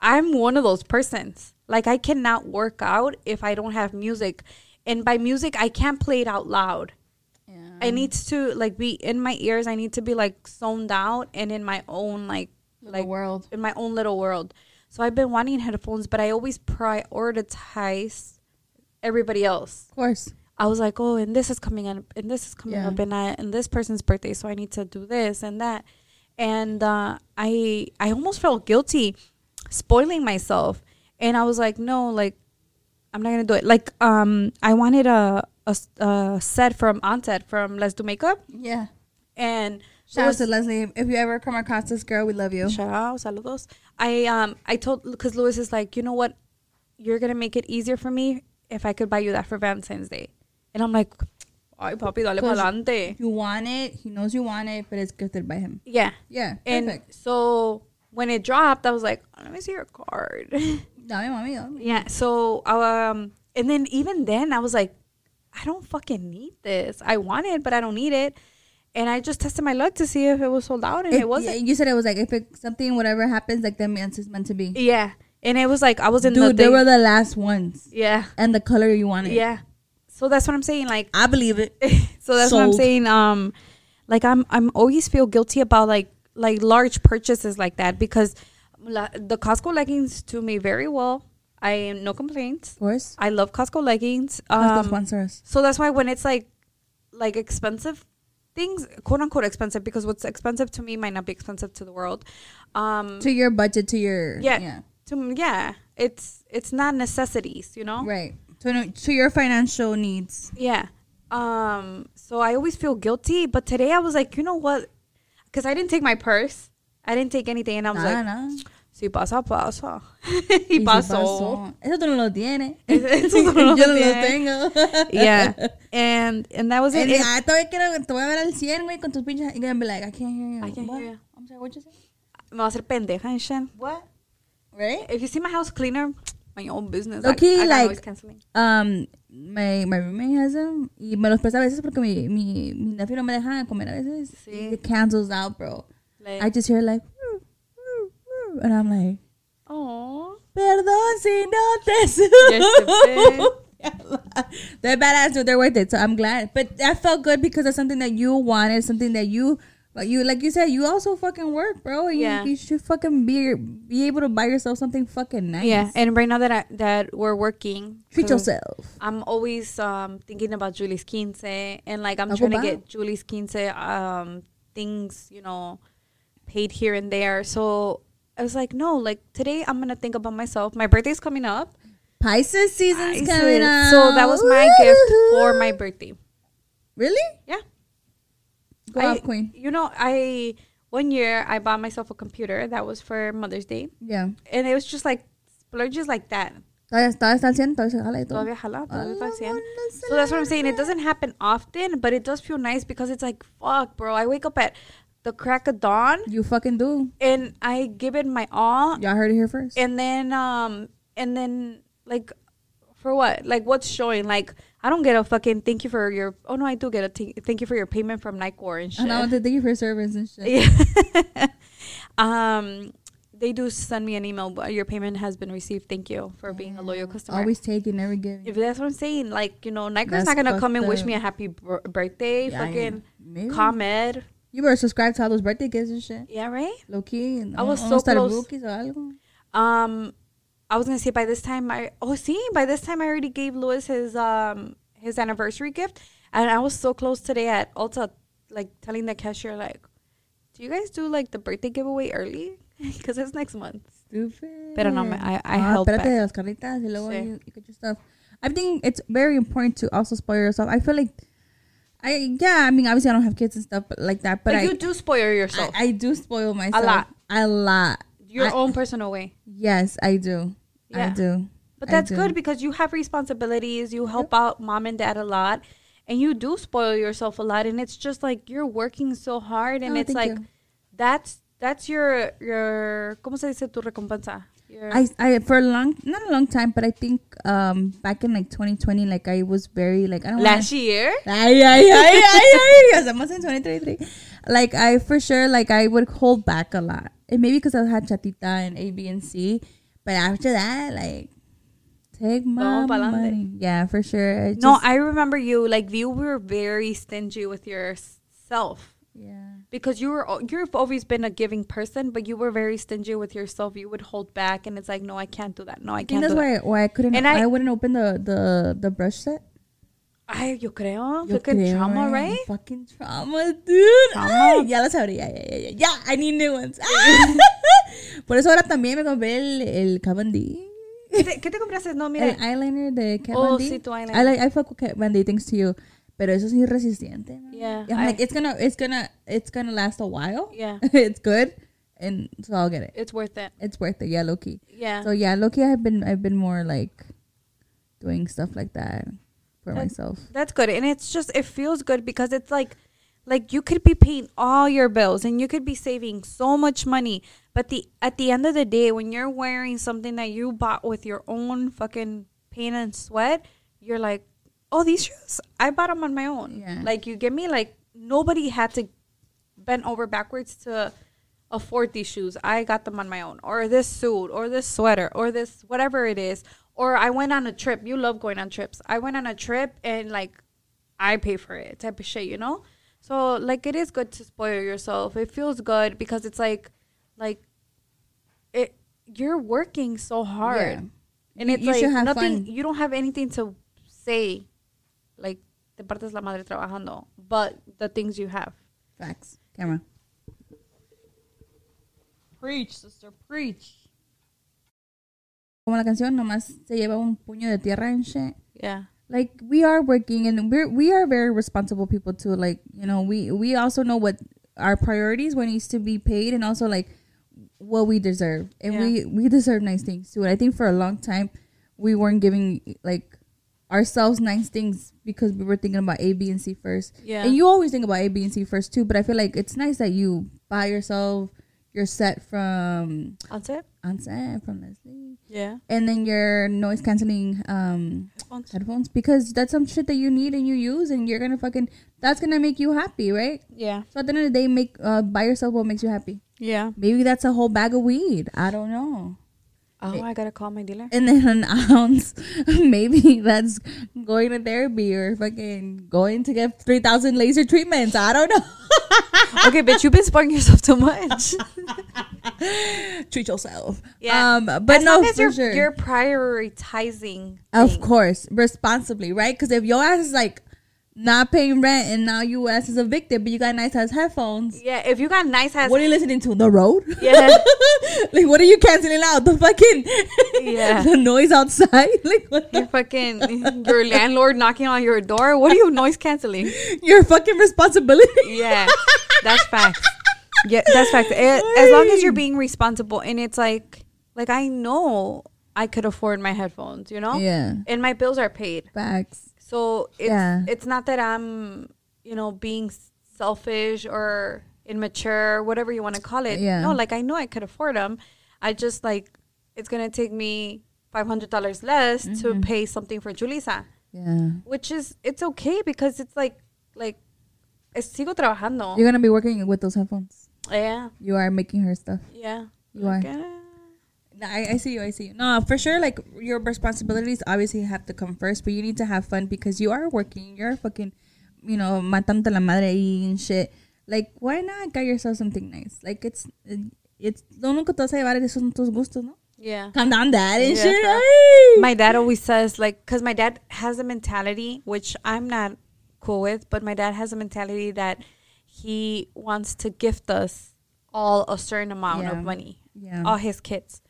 Speaker 3: I'm one of those persons. Like I cannot work out if I don't have music. And by music I can't play it out loud.
Speaker 2: yeah.
Speaker 3: I need to like be in my ears. I need to be like zoned out and in my own like like
Speaker 2: world.
Speaker 3: in my own little world. So I've been wanting headphones, but I always prioritize everybody else.
Speaker 2: Of course.
Speaker 3: I was like, oh, and this is coming up, and this is coming
Speaker 2: Yeah.
Speaker 3: up, and I and this person's birthday, so I need to do this and that, and uh, I I almost felt guilty, spoiling myself, and I was like, no, like I'm not gonna do it. Like um, I wanted a a, s- a set from Onset from Let's Do Makeup,
Speaker 2: Yeah.
Speaker 3: and
Speaker 2: Shout out to Leslie. If you ever come across this girl, we love you.
Speaker 3: Shout out, saludos. I um I told because Louis is like, you know what, you're gonna make it easier for me if I could buy you that for Valentine's Day, and I'm like, ay papi, dale
Speaker 2: Because-
Speaker 3: pa'lante.
Speaker 2: You want it. He knows you want it, but it's gifted by him.
Speaker 3: Yeah,
Speaker 2: Yeah.
Speaker 3: and
Speaker 2: perfect.
Speaker 3: so when it dropped, I was like, "Oh, let me see your card. [LAUGHS]
Speaker 2: Dame, mami, dame.
Speaker 3: yeah, so um and then even then I was like, I don't fucking need this. I want it, but I don't need it. And I just tested my luck to see if it was sold out, and it, wasn't.
Speaker 2: You said it was like if it, something, whatever happens, like that means it's meant to be.
Speaker 3: Yeah. and it was like I was in
Speaker 2: Dude,
Speaker 3: the
Speaker 2: they
Speaker 3: thing-
Speaker 2: were the last ones,
Speaker 3: yeah.
Speaker 2: and the color you wanted.
Speaker 3: Yeah. So that's what I'm saying. Like,
Speaker 2: I believe
Speaker 3: [LAUGHS]
Speaker 2: it.
Speaker 3: so that's what I'm
Speaker 2: Sold.
Speaker 3: saying. Um, like I'm I'm always feel guilty about like like large purchases like that because la- the Costco leggings do me very well. I am no complaints.
Speaker 2: Of course.
Speaker 3: I love Costco leggings.
Speaker 2: Costco
Speaker 3: Um,
Speaker 2: sponsor us.
Speaker 3: so that's why when it's like like expensive things, quote unquote expensive, because what's expensive to me might not be expensive to the world. Um,
Speaker 2: To your budget, to your
Speaker 3: yeah,
Speaker 2: yeah.
Speaker 3: to yeah, it's it's not necessities, you know.
Speaker 2: Right. To, to your financial needs.
Speaker 3: Yeah. Um. So I always feel guilty, but today I was like, you know what? Because I didn't take my purse. I didn't take anything, and I was
Speaker 2: Nah,
Speaker 3: like,
Speaker 2: nah.
Speaker 3: si pasa pasa,
Speaker 2: Y
Speaker 3: [LAUGHS] y
Speaker 2: si
Speaker 3: pasó.
Speaker 2: Eso tú no lo
Speaker 3: [LAUGHS]
Speaker 2: tienes.
Speaker 3: Eso
Speaker 2: Yo
Speaker 3: tú
Speaker 2: no
Speaker 3: no lo
Speaker 2: lo
Speaker 3: tienes.
Speaker 2: tengo. [LAUGHS]
Speaker 3: yeah. eh, And and that was it.
Speaker 2: And
Speaker 3: It-
Speaker 2: I eh, ah, todavía quiero, te voy a ver al 100, güey, con tus pinches. You're gonna be like, I can't hear you.
Speaker 3: I can't
Speaker 2: What?
Speaker 3: hear you.
Speaker 2: I'm sorry, what you say?
Speaker 3: me va a hacer pendeja and shit.
Speaker 2: What? Right?
Speaker 3: If you see my house cleaner, my own business. I-
Speaker 2: Okay,
Speaker 3: I got
Speaker 2: like-
Speaker 3: noise canceling.
Speaker 2: Um, my, my roommate has them. Y me los presta a veces porque mi, mi, mi nephew no me deja comer a veces.
Speaker 3: Sí.
Speaker 2: It cancels out, bro.
Speaker 3: Like,
Speaker 2: I just hear like, "Woo, woo, woo," and I'm like,
Speaker 3: oh,
Speaker 2: Perdón si no te
Speaker 3: supe.
Speaker 2: supe. [LAUGHS] They're badass, dude. They're worth it. So I'm glad. But that felt good because that's something that you wanted, something that you, like you, like you said, you also fucking work, bro. And
Speaker 3: Yeah.
Speaker 2: You, you should fucking be be able to buy yourself something fucking nice.
Speaker 3: yeah. And right now that I, that we're working,
Speaker 2: Treat
Speaker 3: 'cause-
Speaker 2: yourself.
Speaker 3: I'm always um, thinking about Julie's quince, and like I'm
Speaker 2: Taco
Speaker 3: trying to
Speaker 2: Bell.
Speaker 3: get Julie's quince um, things, you know, paid here and there. So I was like, no, like today I'm gonna think about myself. My birthday's coming up,
Speaker 2: Pisces season's
Speaker 3: I
Speaker 2: coming up.
Speaker 3: said- so that was my gift
Speaker 2: Woo-hoo.
Speaker 3: for my birthday.
Speaker 2: Really?
Speaker 3: Yeah,
Speaker 2: Go
Speaker 3: I-
Speaker 2: off, queen.
Speaker 3: You know, I one year I bought myself a computer that was for Mother's Day,
Speaker 2: Yeah.
Speaker 3: and it was just like splurges like that.
Speaker 2: Todavía todavía está al 100, todavía se jala y todo.
Speaker 3: Todavía jala, todavía
Speaker 2: Ala,
Speaker 3: pasean.
Speaker 2: manda
Speaker 3: So that's what I'm saying. It doesn't happen often, but it does feel nice because it's like, fuck, bro. I wake up at the crack of dawn
Speaker 2: You fucking do.
Speaker 3: and I give it my all,
Speaker 2: Y'all heard it here first.
Speaker 3: and then um, and then like, for what? Like, what's showing? Like, I don't get a fucking thank you for your. Oh no, I do get a t- thank you for your payment from Nightcore and shit.
Speaker 2: and I want to thank you for your service and shit.
Speaker 3: Yeah. [LAUGHS] um, they do send me an email. "But Your payment has been received. Thank you for being a loyal customer.
Speaker 2: Always taking, never giving.
Speaker 3: If that's what I'm saying, like you know, Nike's
Speaker 2: That's
Speaker 3: not gonna come and
Speaker 2: fucked
Speaker 3: wish
Speaker 2: up.
Speaker 3: me a happy br- birthday.
Speaker 2: Yeah, I know.
Speaker 3: fucking
Speaker 2: Maybe.
Speaker 3: comment.
Speaker 2: You better subscribe to all those birthday gifts and shit.
Speaker 3: Yeah, right.
Speaker 2: Low key. And
Speaker 3: I was so
Speaker 2: almost started
Speaker 3: close.
Speaker 2: Bookies or algo.
Speaker 3: Um, I was gonna say by this time I oh see by this time I already gave Louis his um his anniversary gift, and I was so close today at Ulta, like telling the cashier like, do you guys do like the birthday giveaway early? [LAUGHS] Because it's next month.
Speaker 2: Stupid.
Speaker 3: Pero no, me- I- I
Speaker 2: Ah,
Speaker 3: held
Speaker 2: espérate
Speaker 3: back.
Speaker 2: de las carnitas y luego
Speaker 3: Sí.
Speaker 2: you, you get your stuff. I think it's very important to also spoil yourself. I feel like, I yeah, I mean, obviously I don't have kids and stuff but like that, but
Speaker 3: But,
Speaker 2: I,
Speaker 3: you do spoil
Speaker 2: I,
Speaker 3: yourself
Speaker 2: I do spoil myself
Speaker 3: lot.
Speaker 2: A lot.
Speaker 3: your
Speaker 2: I-
Speaker 3: own personal way.
Speaker 2: Yes, I do. I
Speaker 3: Yeah.
Speaker 2: do.
Speaker 3: But
Speaker 2: I
Speaker 3: that's
Speaker 2: do.
Speaker 3: good because you have responsibilities. You help out mom and dad a lot, and you do spoil yourself a lot. And it's just like you're working so hard, and
Speaker 2: Oh,
Speaker 3: it's
Speaker 2: thank
Speaker 3: like
Speaker 2: you.
Speaker 3: that's that's your your ¿cómo se dice tu recompensa? Your,
Speaker 2: I, I for a long not a long time, but I think um back in like 2020, like I was very like I don't wanna-
Speaker 3: last year.
Speaker 2: Ay, ay, ay, ay,
Speaker 3: [LAUGHS]
Speaker 2: ay. Estamos en 2023. Like, I for sure, like, I would hold back a lot. And maybe because I had chatita and A, B, and C. But after that, like, take my
Speaker 3: Vamos pa'lante.
Speaker 2: money. Yeah, for sure. It
Speaker 3: no,
Speaker 2: just-
Speaker 3: I remember you. Like you were very stingy with yourself
Speaker 2: yeah.
Speaker 3: because you were al- you've always been a giving person, but you were very stingy with yourself. You would hold back, and it's like no, I can't do that. No, I,
Speaker 2: I think
Speaker 3: can't.
Speaker 2: that's
Speaker 3: do that.
Speaker 2: why, why I couldn't,
Speaker 3: And
Speaker 2: I,
Speaker 3: I-
Speaker 2: wouldn't open the, the, the brush set.
Speaker 3: Ay, yo creo.
Speaker 2: Yo
Speaker 3: fucking
Speaker 2: creo,
Speaker 3: trauma,
Speaker 2: eh.
Speaker 3: right?
Speaker 2: Fucking trauma, dude.
Speaker 3: Trauma.
Speaker 2: Ay, ya las abrí. Ya, ya, ya, ya. Ya, I need new
Speaker 3: [LAUGHS]
Speaker 2: ones. Ah. [LAUGHS] Por eso ahora también me compré el, el Cavendish.
Speaker 3: ¿Qué te, qué te compraste? No, mira.
Speaker 2: El eyeliner de Kat
Speaker 3: Oh,
Speaker 2: Von D.
Speaker 3: sí, tu eyeliner.
Speaker 2: I, like, I fuck with Kat Von D, thanks to you. Pero eso es irresistente. man.
Speaker 3: Yeah,
Speaker 2: I'm
Speaker 3: I-
Speaker 2: like, it's gonna, it's gonna, it's gonna last a while.
Speaker 3: Yeah.
Speaker 2: [LAUGHS] it's good. And so I'll get it.
Speaker 3: It's worth it.
Speaker 2: It's worth it. Yeah, Loki.
Speaker 3: Yeah.
Speaker 2: So yeah, Loki, I've been, I've been more like doing stuff like that for myself.
Speaker 3: That's good. And it's just it feels good because it's like like you could be paying all your bills and you could be saving so much money. But the at the end of the day when you're wearing something that you bought with your own fucking pain and sweat, you're like, "Oh, these shoes, I bought them on my own."
Speaker 2: Yeah.
Speaker 3: Like you get me like nobody had to bend over backwards to afford these shoes. I got them on my own, or this suit, or this sweater, or this whatever it is. Or I went on a trip. You love going on trips. I went on a trip and like I pay for it, type of shit, you know. So like it is good to spoil yourself. It feels good because it's like, like, it you're working so hard,
Speaker 2: Yeah.
Speaker 3: and
Speaker 2: You-
Speaker 3: it's
Speaker 2: you
Speaker 3: like
Speaker 2: should have fun.
Speaker 3: nothing. You don't have anything to say, like te partes la madre trabajando, but the things you have.
Speaker 2: Facts. Camera.
Speaker 4: Preach, sister, preach.
Speaker 2: Como la canción nomás se lleva un puño de tierra and shit.
Speaker 3: Yeah.
Speaker 2: like we are working and we're we are very responsible people too like you know we we also know what our priorities what needs to be paid and also like what we deserve and we we deserve nice things too and i think for a long time we weren't giving like ourselves nice things because we were thinking about a b and c first
Speaker 3: Yeah.
Speaker 2: and you always think about a b and c first too but i feel like it's nice that you buy yourself your set from
Speaker 3: On set?
Speaker 2: on set from leslie
Speaker 3: Yeah.
Speaker 2: and then your noise canceling um headphones because that's some shit that you need and you use and you're gonna fucking that's gonna make you happy right
Speaker 3: Yeah.
Speaker 2: so at the end of the day make uh, buy yourself what makes you happy
Speaker 3: Yeah.
Speaker 2: maybe that's a whole bag of weed i don't know
Speaker 3: Oh, I gotta call
Speaker 2: [LAUGHS]
Speaker 3: my dealer.
Speaker 2: and then an ounce maybe that's going to therapy or fucking going to get 3000 laser treatments i don't know [LAUGHS]
Speaker 3: okay, bitch, you've been spoiling yourself too much.
Speaker 2: treat yourself
Speaker 3: [LAUGHS] Yeah.
Speaker 2: um but
Speaker 3: as
Speaker 2: no
Speaker 3: long as
Speaker 2: for
Speaker 3: you're,
Speaker 2: sure.
Speaker 3: you're prioritizing.
Speaker 2: Of
Speaker 3: things.
Speaker 2: course, responsibly, right? Because if your ass is like not paying rent and now your ass is evicted, but you got nice ass headphones,
Speaker 3: Yeah, if you got nice ass.
Speaker 2: what are you listening to? The road?
Speaker 3: [LAUGHS] Yeah.
Speaker 2: [LAUGHS] like, what are you canceling out? The fucking
Speaker 3: Yeah.
Speaker 2: [LAUGHS] the noise outside. [LAUGHS] Like, what
Speaker 3: your
Speaker 2: the?
Speaker 3: fucking [LAUGHS] your landlord knocking on your door. What are you noise canceling?
Speaker 2: Your fucking responsibility.
Speaker 3: Yeah, that's fact. Yeah, that's fact. A- As long as you're being responsible, and it's like, like I know, I could afford my headphones, you know?
Speaker 2: Yeah.
Speaker 3: And my bills are paid.
Speaker 2: Facts.
Speaker 3: So it's
Speaker 2: Yeah.
Speaker 3: it's not that I'm, you know, being s- selfish or immature, whatever you want to call it.
Speaker 2: Yeah.
Speaker 3: No, like I know I could afford them. I just like it's gonna take me five hundred dollars less
Speaker 2: Mm-hmm.
Speaker 3: to pay something for Julissa,
Speaker 2: Yeah.
Speaker 3: which is it's okay because it's like like es- sigo trabajando.
Speaker 2: You're gonna be working with those headphones.
Speaker 3: yeah,
Speaker 2: You are making her stuff.
Speaker 3: yeah.
Speaker 2: You are.
Speaker 3: eh,
Speaker 2: No, I, I see you. I see you. No, for sure. Like your responsibilities obviously have to come first, but you need to have fun because you are working. You're fucking, you know, matando la madre ahí and shit. Like, why not get yourself something nice? Like, it's it's lo único que te vas a llevar esos son tus gustos, ¿no?
Speaker 3: Yeah.
Speaker 2: Calm down, dad, and
Speaker 3: Yeah,
Speaker 2: shit.
Speaker 3: bro.
Speaker 2: ay.
Speaker 3: my dad always says like because my dad has a mentality which i'm not cool with but my dad has a mentality that he wants to gift us all a certain amount
Speaker 2: Yeah.
Speaker 3: of money
Speaker 2: Yeah.
Speaker 3: all his kids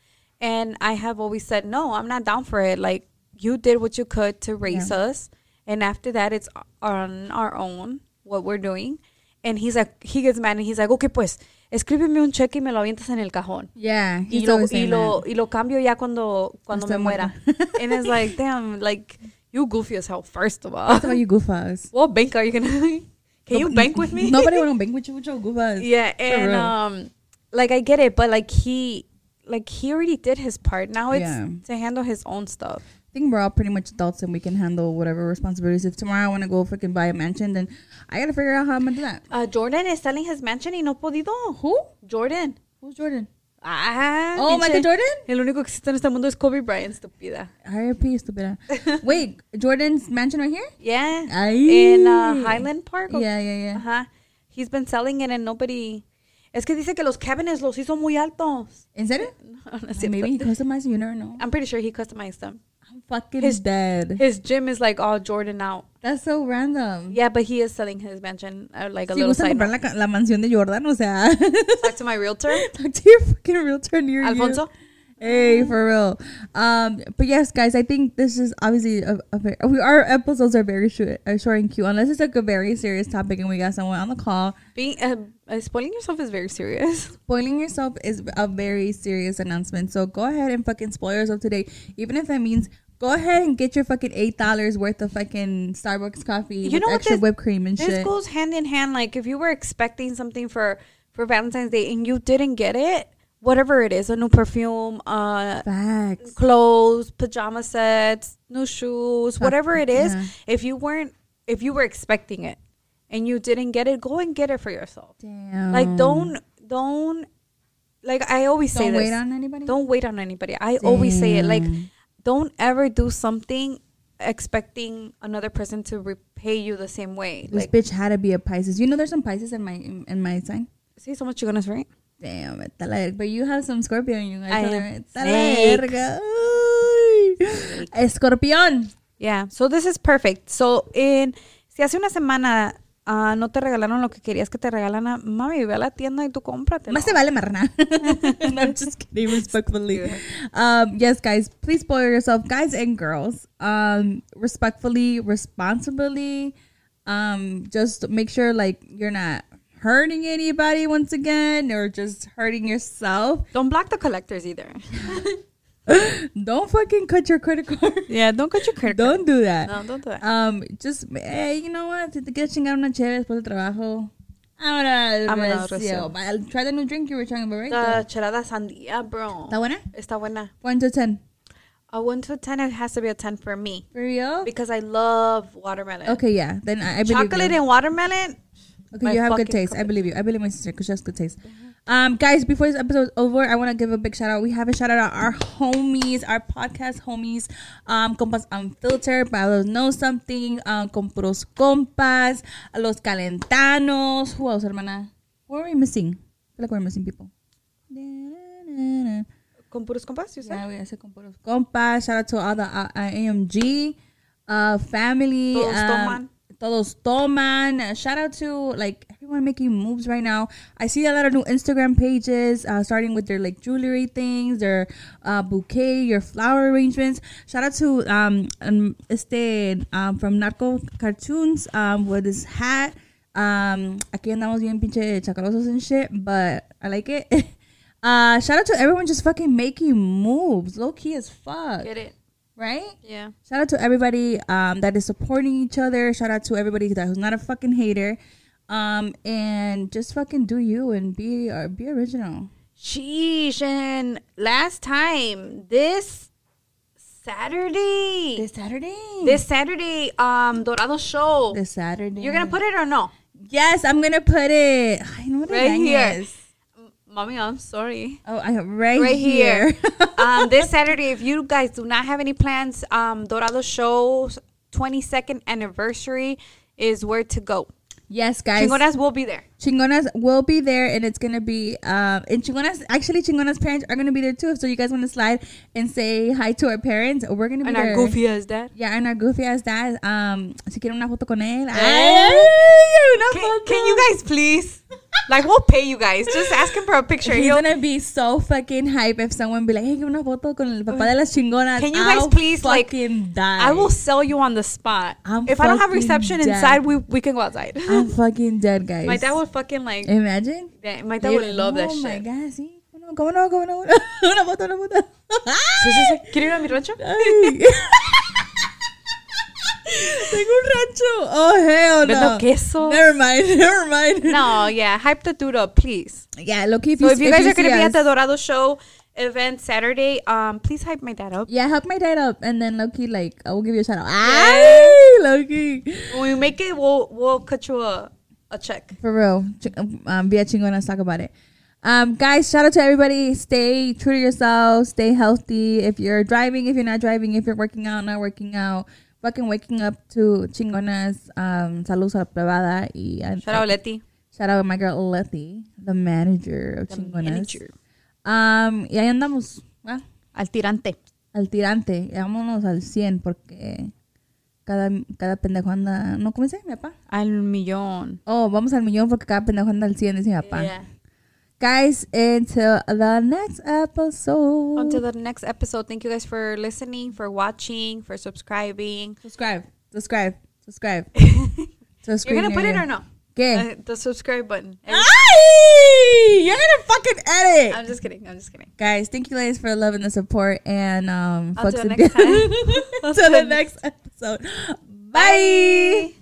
Speaker 3: and i have always said no i'm not down for it like you did what you could to raise
Speaker 2: Yeah.
Speaker 3: us and after that it's on our own what we're doing and he's like he gets mad and he's like okay pues escríbeme un cheque y me lo avientas en el cajón
Speaker 2: yeah,
Speaker 3: y
Speaker 2: he's
Speaker 3: lo,
Speaker 2: always
Speaker 3: y,
Speaker 2: saying
Speaker 3: lo,
Speaker 2: that.
Speaker 3: y lo cambio ya cuando, cuando me
Speaker 2: Estoy
Speaker 3: muera.
Speaker 2: muerta.
Speaker 3: And
Speaker 2: [LAUGHS]
Speaker 3: it's like, damn, like, you goofy as hell, first of all.
Speaker 2: That's why you goof us.
Speaker 3: what bank are
Speaker 2: [LAUGHS]
Speaker 3: you going to... Can [LAUGHS] you bank with me? [LAUGHS]
Speaker 2: Nobody want to bank with you with your goof us.
Speaker 3: yeah,
Speaker 2: For
Speaker 3: and,
Speaker 2: real.
Speaker 3: um, like, I get it, but, like, he... Like, he already did his part. Now it's
Speaker 2: Yeah.
Speaker 3: to handle his own stuff.
Speaker 2: I think we're all pretty much adults and we can handle whatever responsibilities. If tomorrow I want to go freaking buy a mansion, then I gotta figure out how I'm gonna do that.
Speaker 3: Uh, Jordan is selling his mansion y no podido.
Speaker 2: Who?
Speaker 3: Jordan.
Speaker 2: Who's Jordan?
Speaker 3: Ah,
Speaker 2: Oh,
Speaker 3: pinche-
Speaker 2: Michael Jordan?
Speaker 3: El único que existe en este mundo es Kobe Bryant, estúpida.
Speaker 2: IRP,
Speaker 3: [LAUGHS]
Speaker 2: stupid. Wait, Jordan's mansion right here?
Speaker 3: Yeah.
Speaker 2: Ay.
Speaker 3: In uh, Highland Park. o-
Speaker 2: Yeah, yeah, yeah.
Speaker 3: Ajá. He's been selling it and nobody. Es que dice que los cabinets los hizo muy altos. [LAUGHS]
Speaker 2: Is that it?
Speaker 3: No, no es
Speaker 2: So maybe he
Speaker 3: cierto.
Speaker 2: customized it, you never know.
Speaker 3: I'm pretty sure he customized them.
Speaker 2: I'm fucking
Speaker 3: His-
Speaker 2: dead.
Speaker 3: His gym is like all Jordan out.
Speaker 2: That's so random.
Speaker 3: Yeah, but he is selling his mansion. uh, like a
Speaker 2: Si
Speaker 3: little
Speaker 2: gusta
Speaker 3: side
Speaker 2: comprar
Speaker 3: note.
Speaker 2: la, ca- la mansión de Jordan, o sea. [LAUGHS]
Speaker 3: Talk to my realtor.
Speaker 2: Talk to your fucking realtor near you.
Speaker 3: Alfonso?
Speaker 2: Hey, for real. Um, but yes, guys, I think this is obviously a, a very, we, our episodes are very short, are short and cute, unless it's like a very serious topic and we got someone on the call.
Speaker 3: Being uh, uh, spoiling yourself is very serious.
Speaker 2: Spoiling yourself is a very serious announcement, so go ahead and fucking spoil yourself today, even if that means go ahead and get your fucking eight dollars worth of fucking Starbucks coffee
Speaker 3: You
Speaker 2: with
Speaker 3: know what
Speaker 2: extra
Speaker 3: this-
Speaker 2: whipped cream [LAUGHS] and
Speaker 3: This
Speaker 2: shit.
Speaker 3: goes hand in hand. Like if you were expecting something for for Valentine's Day and you didn't get it, whatever it is, a new perfume, uh,
Speaker 2: Facts.
Speaker 3: clothes, pajama sets, new shoes, whatever it is.
Speaker 2: yeah.
Speaker 3: If you weren't, if you were expecting it and you didn't get it, go and get it for yourself.
Speaker 2: Damn.
Speaker 3: Like don't, don't, like I always say
Speaker 2: Don't
Speaker 3: this.
Speaker 2: wait on anybody?
Speaker 3: Don't wait on anybody. I always say it. Like,
Speaker 2: Damn.
Speaker 3: don't ever do something expecting another person to repay you the same way.
Speaker 2: This
Speaker 3: like,
Speaker 2: bitch had to be a Pisces. You know, there's some Pisces in my in, in my sign.
Speaker 3: see, so much you're gonna right?
Speaker 2: Damn, it, like, but you have some Scorpio in you.
Speaker 3: I
Speaker 2: I
Speaker 3: am.
Speaker 2: am.
Speaker 3: Snake.
Speaker 2: verga. Ay. Escorpión.
Speaker 3: Yeah, so this is perfect. So, in, si hace una semana ah, no te regalaron lo que querías que te regalan, mami, ve a la tienda y tú cómpratelo.
Speaker 2: Más te vale marrana. [LAUGHS] no, I'm just kidding, respectfully. Um, yes, guys, please spoil yourself, guys and girls. Um, respectfully, responsibly. Um, just make sure like you're not hurting anybody once again, or just hurting yourself.
Speaker 3: Don't block the collectors either.
Speaker 2: Don't fucking cut your credit card.
Speaker 3: [LAUGHS] Yeah, don't cut your credit
Speaker 2: Don't do that.
Speaker 3: No, don't do that.
Speaker 2: Um, just, eh, you know what? Si te quieres chingar una chévere después del trabajo, ahora el
Speaker 3: Vámonos al
Speaker 2: recio.
Speaker 3: recio. Uh,
Speaker 2: But I'll Try the new drink you were trying about, right?
Speaker 3: La chelada sandía, bro.
Speaker 2: ¿Está buena?
Speaker 3: Está buena.
Speaker 2: 1 to 10.
Speaker 3: A 1 to a 10, it has to be a 10 for me.
Speaker 2: For real?
Speaker 3: Because I love watermelon.
Speaker 2: Okay, yeah. Then I, I believe
Speaker 3: Chocolate
Speaker 2: you.
Speaker 3: and watermelon? my
Speaker 2: Okay, you have good
Speaker 3: fucking
Speaker 2: taste.
Speaker 3: cup
Speaker 2: I
Speaker 3: of-
Speaker 2: believe you. I believe my sister because she has good taste. Um, guys, before this episode's over, I want to give a big shout out. We have a shout out to our homies, our podcast homies, um, Compas Unfiltered, para los Know Something, um, Compuros Compas, Los Calentanos. Who else, hermana? What are we missing? I feel like we're missing people.
Speaker 3: Con puros compas, you said?
Speaker 2: Yeah, we have Compuros Compas. Shout out to all the uh, uh, AMG uh, family.
Speaker 3: Todos
Speaker 2: um,
Speaker 3: toman.
Speaker 2: Todos Toman. Uh, shout out to like everyone making moves right now. I see a lot of new Instagram pages uh, starting with their like jewelry things, their uh, bouquet, your flower arrangements. Shout out to um, um este um, from Narco Cartoons um, with his hat. Um, aquí andamos bien pinche chacalosos and shit, but I like it. [LAUGHS] Uh, shout out to everyone just fucking making moves, low key as fuck,
Speaker 3: Get it?
Speaker 2: right?
Speaker 3: Yeah.
Speaker 2: Shout out to everybody um, that is supporting each other. Shout out to everybody that who's not a fucking hater. Um, and just fucking do you and be uh, be original.
Speaker 3: Sheesh. And last time, this Saturday, this,
Speaker 2: This Saturday.
Speaker 3: Saturday, um, Dorado show.
Speaker 2: This Saturday.
Speaker 3: You're gonna put it or no?
Speaker 2: Yes, I'm gonna put it. I know what
Speaker 3: Right
Speaker 2: it
Speaker 3: here.
Speaker 2: is.
Speaker 3: Mommy, I'm sorry.
Speaker 2: Oh, I right,
Speaker 3: [LAUGHS] Right
Speaker 2: here.
Speaker 3: here. um, this Saturday, if you guys do not have any plans, um, Dorado show's 22nd anniversary is where to go.
Speaker 2: [LAUGHS] yes, guys.
Speaker 3: Chingonas will be there.
Speaker 2: Chingonas will be there, and it's gonna be um and Chingonas actually Chingonas parents are gonna be there too. So you guys want to slide and say hi to our parents? We're gonna be
Speaker 3: And
Speaker 2: there.
Speaker 3: our goofy as that.
Speaker 2: Yeah, and our goofy ass dad. Um, si quieren una foto con él. Ay,
Speaker 3: Ay,
Speaker 2: una
Speaker 3: Can,
Speaker 2: foto.
Speaker 3: can you guys please? Like, we'll pay you guys. Just ask him for a picture.
Speaker 2: He's
Speaker 3: He'll-
Speaker 2: gonna be so fucking hype if someone be like, "Hey, give una foto con el papá de las chingonas."
Speaker 3: Can you guys
Speaker 2: I'll
Speaker 3: please, like,
Speaker 2: fucking die?
Speaker 3: I will sell you on the spot.
Speaker 2: I'm
Speaker 3: if I don't have
Speaker 2: fucking
Speaker 3: reception
Speaker 2: dead.
Speaker 3: inside, we, we can go outside.
Speaker 2: I'm fucking dead, guys.
Speaker 3: [LAUGHS] My dad would fucking like.
Speaker 2: Imagine.
Speaker 3: yeah, My dad
Speaker 2: Dude,
Speaker 3: would love that
Speaker 2: oh my
Speaker 3: shit.
Speaker 2: god, sí. Bueno, ¿Cómo no? ¿Cómo no? [LAUGHS] Una foto, una foto.
Speaker 3: So it's just like, ¿eh? ¿Quiere ir a mi rancho?
Speaker 2: [LAUGHS] Ay. [LAUGHS] Tengo un rancho. Oh, hell no.
Speaker 3: Vendo queso.
Speaker 2: Never mind, [LAUGHS] never mind.
Speaker 3: No, yeah, hype the dude up, please.
Speaker 2: Yeah, look, if you,
Speaker 3: So if you guys are gonna
Speaker 2: see
Speaker 3: be at
Speaker 2: us-
Speaker 3: the Dorado show event Saturday, um, please hype my dad up.
Speaker 2: Yeah, help my dad up, and then Loki, like, I will give you a shout out. Ay, Loki.
Speaker 3: When we make it, we'll we'll cut you a a check.
Speaker 2: For real. Ch- Um, via Chingonas, talk about it. Um, guys, shout out to everybody. Stay true to yourself. Stay healthy. If you're driving, if you're not driving, if you're working out, not working out, fucking waking up to Chingonas. Um, saludos a la privada. Y,
Speaker 3: Shout out, Letty.
Speaker 2: Shout out my girl Letty, the manager of Chingonas.
Speaker 3: manager.
Speaker 2: Um, y ahí andamos. ah,
Speaker 3: Al tirante.
Speaker 2: al tirante, y vámonos al 100 porque cada, cada pendejo anda, no, ¿cómo dice mi papá?
Speaker 3: Al millón.
Speaker 2: Oh, vamos al millón porque cada pendejo anda al 100, dice mi papá.
Speaker 3: Yeah.
Speaker 2: Guys, until the next episode.
Speaker 3: Until the next episode, thank you guys for listening, for watching, for subscribing.
Speaker 2: subscribe, subscribe,
Speaker 3: [LAUGHS]
Speaker 2: subscribe.
Speaker 3: You're gonna put it or no?
Speaker 2: ¿Qué?
Speaker 3: Uh, the subscribe button.
Speaker 2: ¡Ay! You're gonna fucking edit.
Speaker 3: I'm just kidding. I'm just kidding.
Speaker 2: Guys, thank you ladies for the love and the support and um [LAUGHS]
Speaker 3: Until
Speaker 2: fucks and
Speaker 3: next
Speaker 2: good-
Speaker 3: time.
Speaker 2: Until the next episode. Bye.